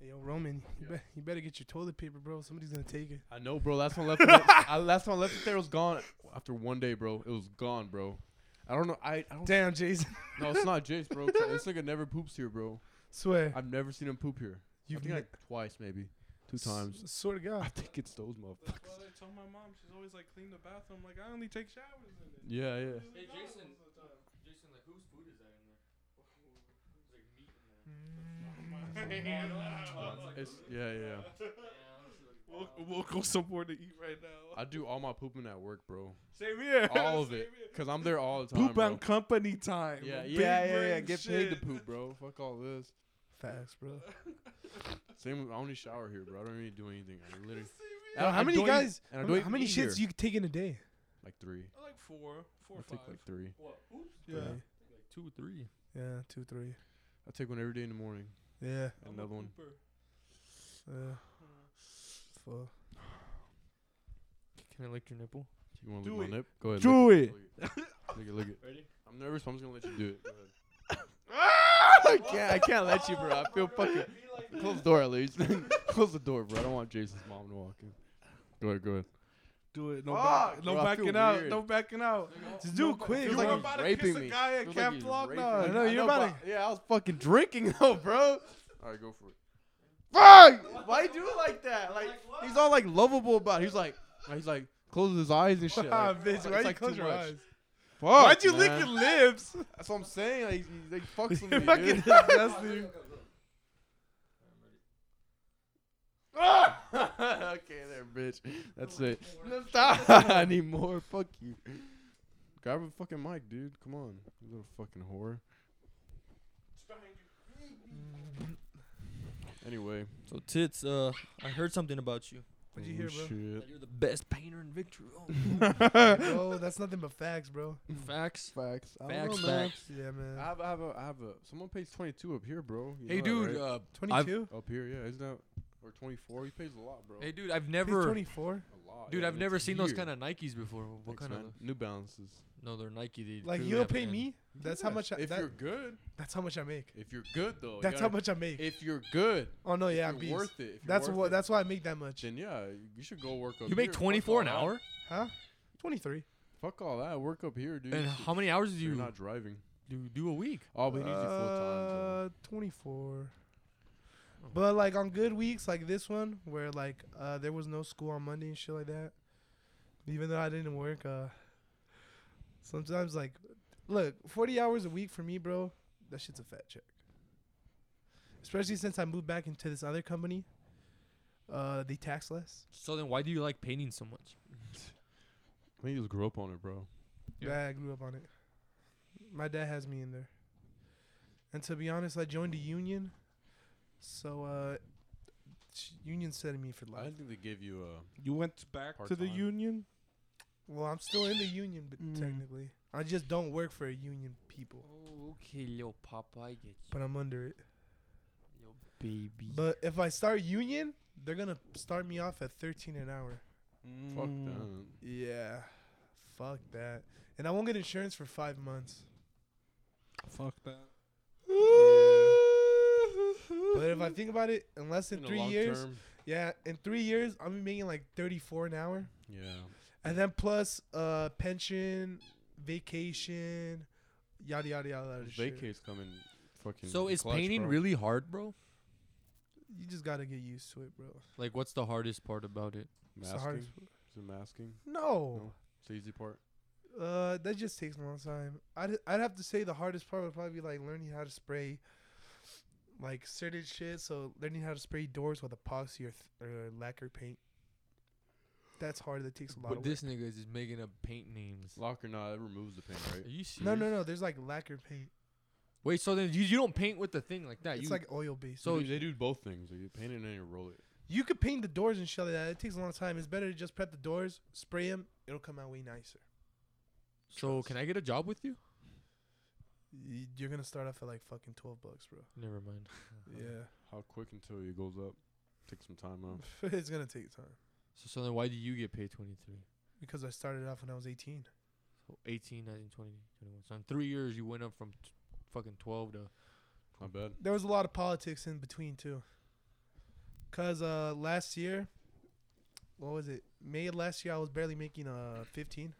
Hey, yo, Roman, you, bet you better get your toilet paper, bro. Somebody's gonna take it.
I know, bro. Last one left. I, last one left there was gone after one day, bro. It was gone, bro. I don't know. I, I don't.
Damn, Jason.
No, it's not Jace, bro. This nigga never poops here, bro.
Swear.
I've never seen him poop here. You
You've
think
ne-
like twice, maybe two times.
S- swear to
I
God.
think it's those motherfuckers.
That's what I told my mom. She's always like, clean the bathroom. Like, I only take showers in it.
Yeah, yeah.
Hey Jason, Jason, like whose food is that in there? It's like meat in there.
It's, yeah, yeah.
We'll, we'll go somewhere to eat right now.
I do all my pooping at work, bro.
Same here.
All of
Same
it,
here.
cause I'm there all the time.
Poop
bro.
on company time.
Yeah,
Big
yeah, yeah, yeah.
brain
Get paid to
shit.
poop, bro. Fuck all this.
Facts, bro.
Same. with- I only shower here, bro. I don't really do anything. I literally.
Yo, how
I
many
don't even-
guys?
and I
how
don't
many-
even
how many
eat
shits
here.
you take in a day?
Like three.
I like four, four
I
or
take
five.
like three.
Yeah.
Like two or three.
Yeah, two, three.
I take one every day in the morning.
Yeah.
I'm a
Another one.
pooper.
Uh, fuck.
Can I lick your nipple?
You want to
Do
lick my
it.
nip? Go ahead.
Do
lick
it.
Lick it. Lick it. Lick it.
Ready?
I'm nervous, but I'm just gonna let you do it. Go ahead. I can't. I can't let you, bro. I feel fucking. Close the door at least. Close the door, bro. I don't want Jason's mom to walk in. Go ahead. Go ahead.
Do it. No,
Fuck,
back, no
bro, I feel
backing out.
weird.
No backing out. Just do it quick.
feels
You
like
were
he's
about to
raping
kiss a
me.
guy at
Feels
Camp
he's
Flock.
raping
No,
me.
know, you're about
but- Yeah, I was fucking drinking though, bro. All right, go for it. Fuck! Why you do it like that? Like he's all like lovable about. It. He's like, Like, he's like closes his eyes and shit. Like,
Ah,
it's,
bitch, why
like,
you close
too
your
much.
eyes?
Fuck,
Why'd you lick
man.
your lips?
That's what I'm saying. Like, he- they fucks with me,
You're fucking
dude.
disgusting.
Ah! okay, there, bitch. That's it. Stop. I need more. Fuck you. Grab a fucking mic, dude. Come on, you little fucking whore. Anyway,
So tits, uh, I heard something about you.
What'd you hear,
oh,
bro?
Shit.
That you're the best painter in Victory. Oh,
Bro, that's nothing but facts, bro.
facts.
Facts. I don't
Facts.
know, man.
Facts.
Yeah,
I
man.
have, I have, a, I have a. Someone pays twenty two up here, bro. You
Hey,
know that,
dude.
right?
Uh, I've-
22?
up here, yeah, isn't that or twenty four? He pays a lot, bro.
hey, dude. I've
He's
never,
24.
a lot.
dude.
yeah,
I've
and
never
it's a
seen those
year.
kind of Nikes before. What
Thanks,
kind
man. New Balances.
of? No, they're Nike. They
Like,
clearly
you'll
have
pay
an-
me? That's how
Yes,
much I,
If
that,
you're good,
that's how much I make.
if you're good though, you
That's how
gotta-
much I make.
If you're good,
Oh, no, yeah,
if
I'm
you're
beast.
worth it. If you're
That's
worth
what.
it,
That's why I make that much.
Then yeah, you should go work up.
You make
here. Fuck
twenty four
all
an
that.
hour?
Huh? 23.
Fuck all that. Work up here, dude.
And
Shit,
how many hours do
You're
you
not driving.
do, do a week?
Oh, but he needs you full time.
Uh, 24. But like on good weeks like this one, where like uh, there was no school on Monday and shit like that, even though I didn't work, uh, sometimes like, look, 40 hours a week for me, bro, that shit's a fat check. Especially since I moved back into this other company, uh, they tax less.
So then, why do you like painting so much?
I think you Uh, just grew up on it, bro.
Yeah, I grew up on it. My dad has me in there. And to be honest, I joined a union. So uh sh- union setting me for
I
life.
didn't think they gave you a.
You went back to the
Part-time.
union.
Well, I'm still in the union but
Mm.
technically. I just don't work for a union people,
Oh, okay, little Papa, I get
but I'm under it.
Yo, baby.
But if I start union, they're going to start me off at 13 an hour.
Fuck
Mm.
that.
Yeah. Fuck that. And I won't get insurance for 5 months.
Fuck that.
But if I think about it, unless in,
In the
3
long
years,
term,
yeah, in 3 years I'm gonna be making like 34 an hour.
yeah.
And then plus uh pension, vacation, yada yada yada. yada shit.
Vacate's coming. Fucking.
So is
clutch,
painting
bro.
really hard, bro?
You just gotta get used to it, bro.
Like, what's the hardest part about it?
It's
masking?
the hardest.
Is it masking?
No.
No. It's the easy part.
Uh, that just takes a long time. I'd I'd have to say the hardest part would probably be like learning how to spray, like certain shit. So learning how to spray doors with epoxy or, th- or lacquer paint. That's hard. That takes a lot
But
of
this nigga is just making up paint names.
Lock or not, it removes the paint, right?
Are you
work.
serious?
No, no, no. There's like lacquer paint.
Wait, so then you, you don't paint with the thing like that.
it's
you
like oil based.
So-
So they do both things. You paint it and you roll it.
you could paint the doors and shit like that. It takes a long time. It's better to just prep the doors, spray them. It'll come out way nicer.
so can I get a job with you?
Y- You're gonna start off at like fucking twelve bucks, bro.
Never mind.
Yeah,
How quick until it goes up? Take some time out.
it's gonna take time
So, so then why do you get paid 23?
because I started off when I was eighteen.
So 18, 19, 20, 21. So in three years, you went up from t- fucking 12 to.
Not bad.
There was a lot of politics in between too. Cause uh, last year, what was it? May of last year, I was barely making uh fifteen.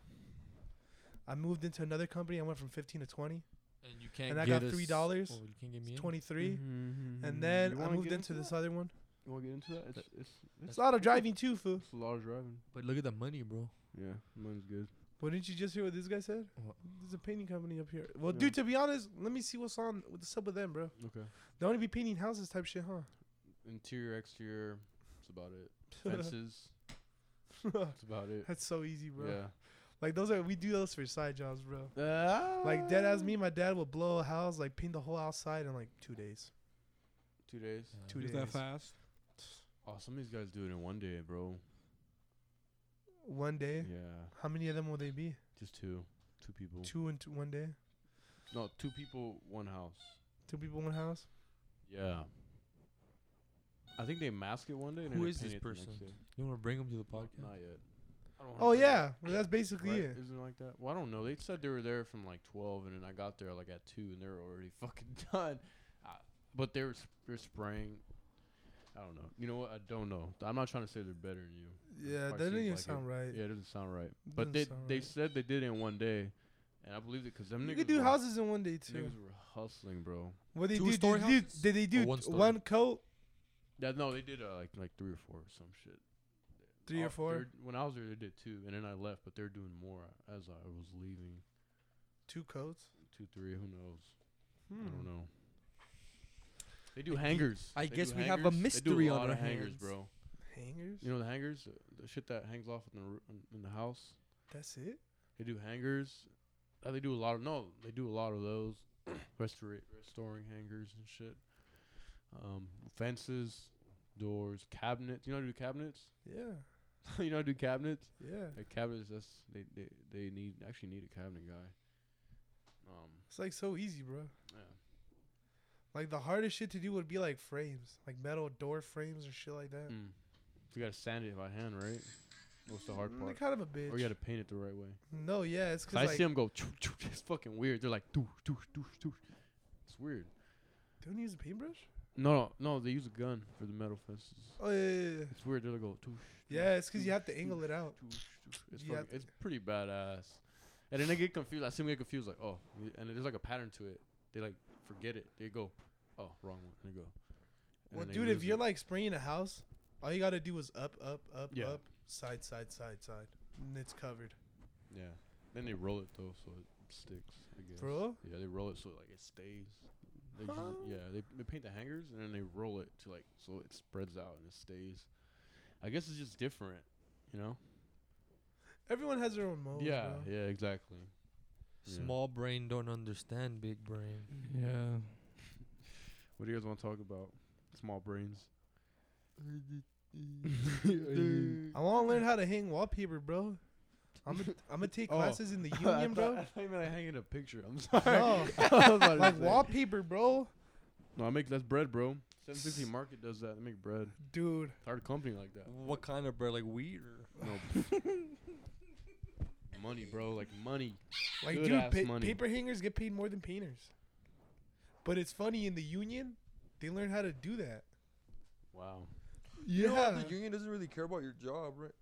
I moved into another company. I went from fifteen to twenty,
And you can't
And I
get
got
us-
$3.
Oh, you can't get me in?
twenty three,
Mm-hmm.
and then I moved into this other one.
You want to get into that? It's, it's,
It's a lot of driving too, fool.
it's a lot of driving.
But look at the money, bro.
Yeah, mine's good.
Well, didn't you just hear what this guy said?
What?
There's a painting company up here. Well,
Yeah.
dude, to be honest, let me see what's on. What's up with them, bro?
Okay.
They only be painting houses type shit, huh?
Interior, exterior. That's about it. Fences. that's about it.
That's so easy, bro.
Yeah.
Like those are we do those for side jobs, bro.
Uh,
Like dead as me, my dad would blow a house, like paint the whole outside in like two days.
Two days.
Two
Is
days.
that fast?
Oh, some of these guys do it in one day, bro.
One
Yeah.
day. How many of them will they be?
Just two. Two people.
Two and two, one day.
No, two people, one house.
Two people, one house.
Yeah. I think they mask it one day. And
Who
then they
is
paint
this
it the next
person?
day.
You want to bring them to the
Not,
podcast?
not yet. I don't wanna
Oh
bring it
yeah, well, that's basically
Right?
it.
Isn't it like that? Well, I don't know. They said they were there from like twelve, and then I got there like at two, and they were already fucking done. I, but they were sp- they're spraying. I don't know. You know what? I don't know. I'm not trying to say they're better than you.
Yeah,
Probably
that doesn't
seems
even
like it.
sound right.
Yeah, it doesn't sound right. But
Doesn't
they
sound
they
right.
said they did it in one day, and I believed it because them
You
niggas
could do
were,
houses in one day too.
Niggas were hustling, bro.
What they do?
Two-story
Did, they do-
houses?
did they do
one
t-
story?
one coat?
Yeah, no, they did uh, like like three or four or some shit.
Three or
Uh,
four?
they're- When I was there, they did two, and then I left, but they're doing more as I was leaving.
Two coats.
Two, three, who knows?
Hmm.
I don't know. They do hangers.
I
They
guess
do
we have a
hangers. they
mystery
do a
on
lot
our
of hangers,
hands.
bro.
Hangers.
You know the hangers, Uh, the shit that hangs off in the roo- in- in the house.
That's it.
They do hangers. Uh, they do a lot of no. They do a lot of those, restore restoring hangers and shit. Um, fences, doors, cabinets. You know how to do cabinets?
Yeah.
you know how to do cabinets?
Yeah.
Uh, cabinets. That's they, they they need actually need a cabinet guy. Um,
It's like so easy, bro.
yeah.
Like the hardest shit to do would be like frames, like metal door frames or shit like that.
Mm. You gotta sand it by hand, right? What's the hard
Mm,
part?
They're kind of a bitch.
Or you gotta paint it the right way.
no, yeah, it's
'Cause
because
I
like,
see them go. It's fucking weird. They're like doosh doosh doosh doosh. It's weird.
don't use a paintbrush.
No, no, no. They use a gun for the metal fences.
Oh yeah, yeah, yeah.
It's weird. They'll go doosh.
yeah it's because you have to angle it out.
Mm-hmm.
doosh, doosh. It's,
You have
fucking, it's pretty badass. And then they get confused. I see them get confused, like, oh, y- and there's like a pattern to it. They like forget it. They go, oh, wrong one. And they go. And
Well,
then they
dude, if
lose
you're
it.
like spraying a house, all you gotta do is up, up, up,
Yeah.
up, side, side, side, side, and it's covered,
yeah, then they roll it though, so it sticks. I guess.
bro.
Yeah, they roll it so like it stays. They just- yeah, they, they paint the hangers and then they roll it to like so it spreads out and it stays. I guess it's just different, you know?
Everyone has their own mode.
yeah,
bro.
yeah, exactly. Yeah.
Small brain don't understand big brain.
Yeah.
What do you guys want to talk about? Small brains.
I want to learn how to hang wallpaper, bro. I'm gonna I'm gonna take
Oh.
classes in the union, bro.
I mean, I hang in a picture. I'm
No,
sorry.
like wallpaper, bro.
No, I make that's bread, bro. 750 Market does that. They make bread.
Dude,
Tired company like that.
What kind of bread? Like wheat or
No. money, bro. Like money.
like
Good ass
dude, pa-
money.
paper hangers get paid more than painters. But it's funny in the union, they learn how to do that.
Wow.
Yeah,
union doesn't really care about your job, right?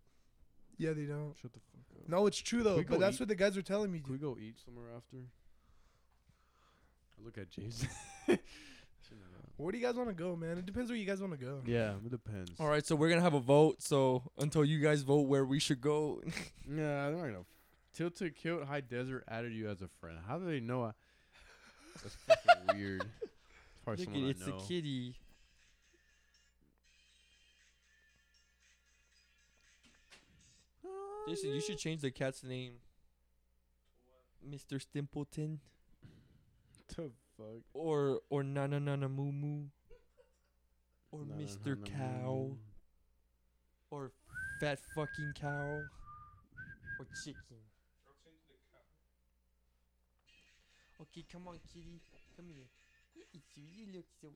yeah, they don't.
Shut the fuck up.
No, it's true though.
We
But
go
that's
eat-
what the guys were telling me.
Can we go eat somewhere after? I look at James.
Where do you guys want to go, man? It depends where you guys want to go.
yeah, it depends.
All right, so we're gonna have a vote. So until you guys vote where we should go,
Yeah, they're not gonna. Tilted Kilt High Desert added you as a friend. How do they know? I, that's fucking weird. It's probably
Look at
someone
it's
I know.
a kitty. Jason, you should change the cat's name. Mr. Stimpleton
The fuck?
or or Nana Nana Moo Moo or
Nah, nah,
Mr.
nah, nah, nah,
Cow or Fat fucking Cow or Chicken. Okay, come on, kitty. Come here. It's really looks so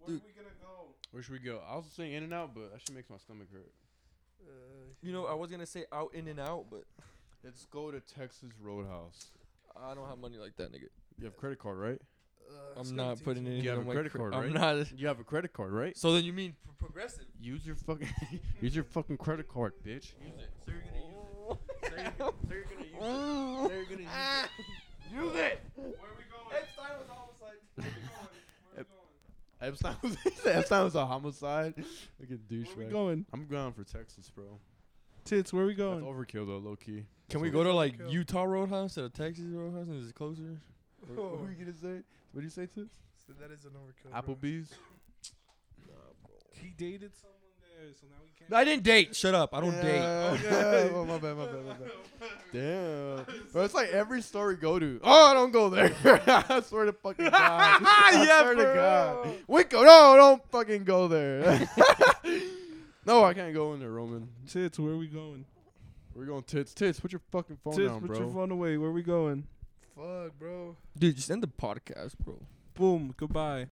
Where
Dude.
are we gonna go?
Where should we go? I was saying In and Out, but that shit makes my stomach hurt.
Uh,
You know, I was gonna say out in and out, but
Let's go to Texas Roadhouse.
I don't have money like that, nigga.
You have credit card, right?
I'm not putting
You
anything
have
on
a
my
credit
cre-
card,
I'm
right?
not.
You have a credit card, right?
So then you mean pro- progressive?
Use your fucking use your fucking credit card, bitch. Use it. So you're gonna use it. Epstein was Epstein was a homicide. Like a
Where we
douchebag.
going?
I'm going for Texas, bro.
Tits, where we
That's
going?
overkill though, low key.
Can we go to like Utah Roadhouse or Texas Roadhouse? Is it closer?
What were you gonna say? What do you say, Tits?
So that is an overkill. bro.
Applebee's.
He dated someone there, so now we can't.
I didn't date. Shut up. I don't date.
Yeah. oh, my bad, my bad, my bad. Damn. Bro, it's like every store we go to. Oh, I don't go there. I swear to fucking God. I
Yeah,
swear to
bro.
God. Wico, no, don't fucking go there. no, I can't go in there, Roman.
Tits, where we going?
We're going tits. Tits, put your fucking phone
Tits,
down,
put
bro.
your phone away. Where we going?
Fuck, bro.
Dude, just end the podcast, bro.
Boom. Goodbye.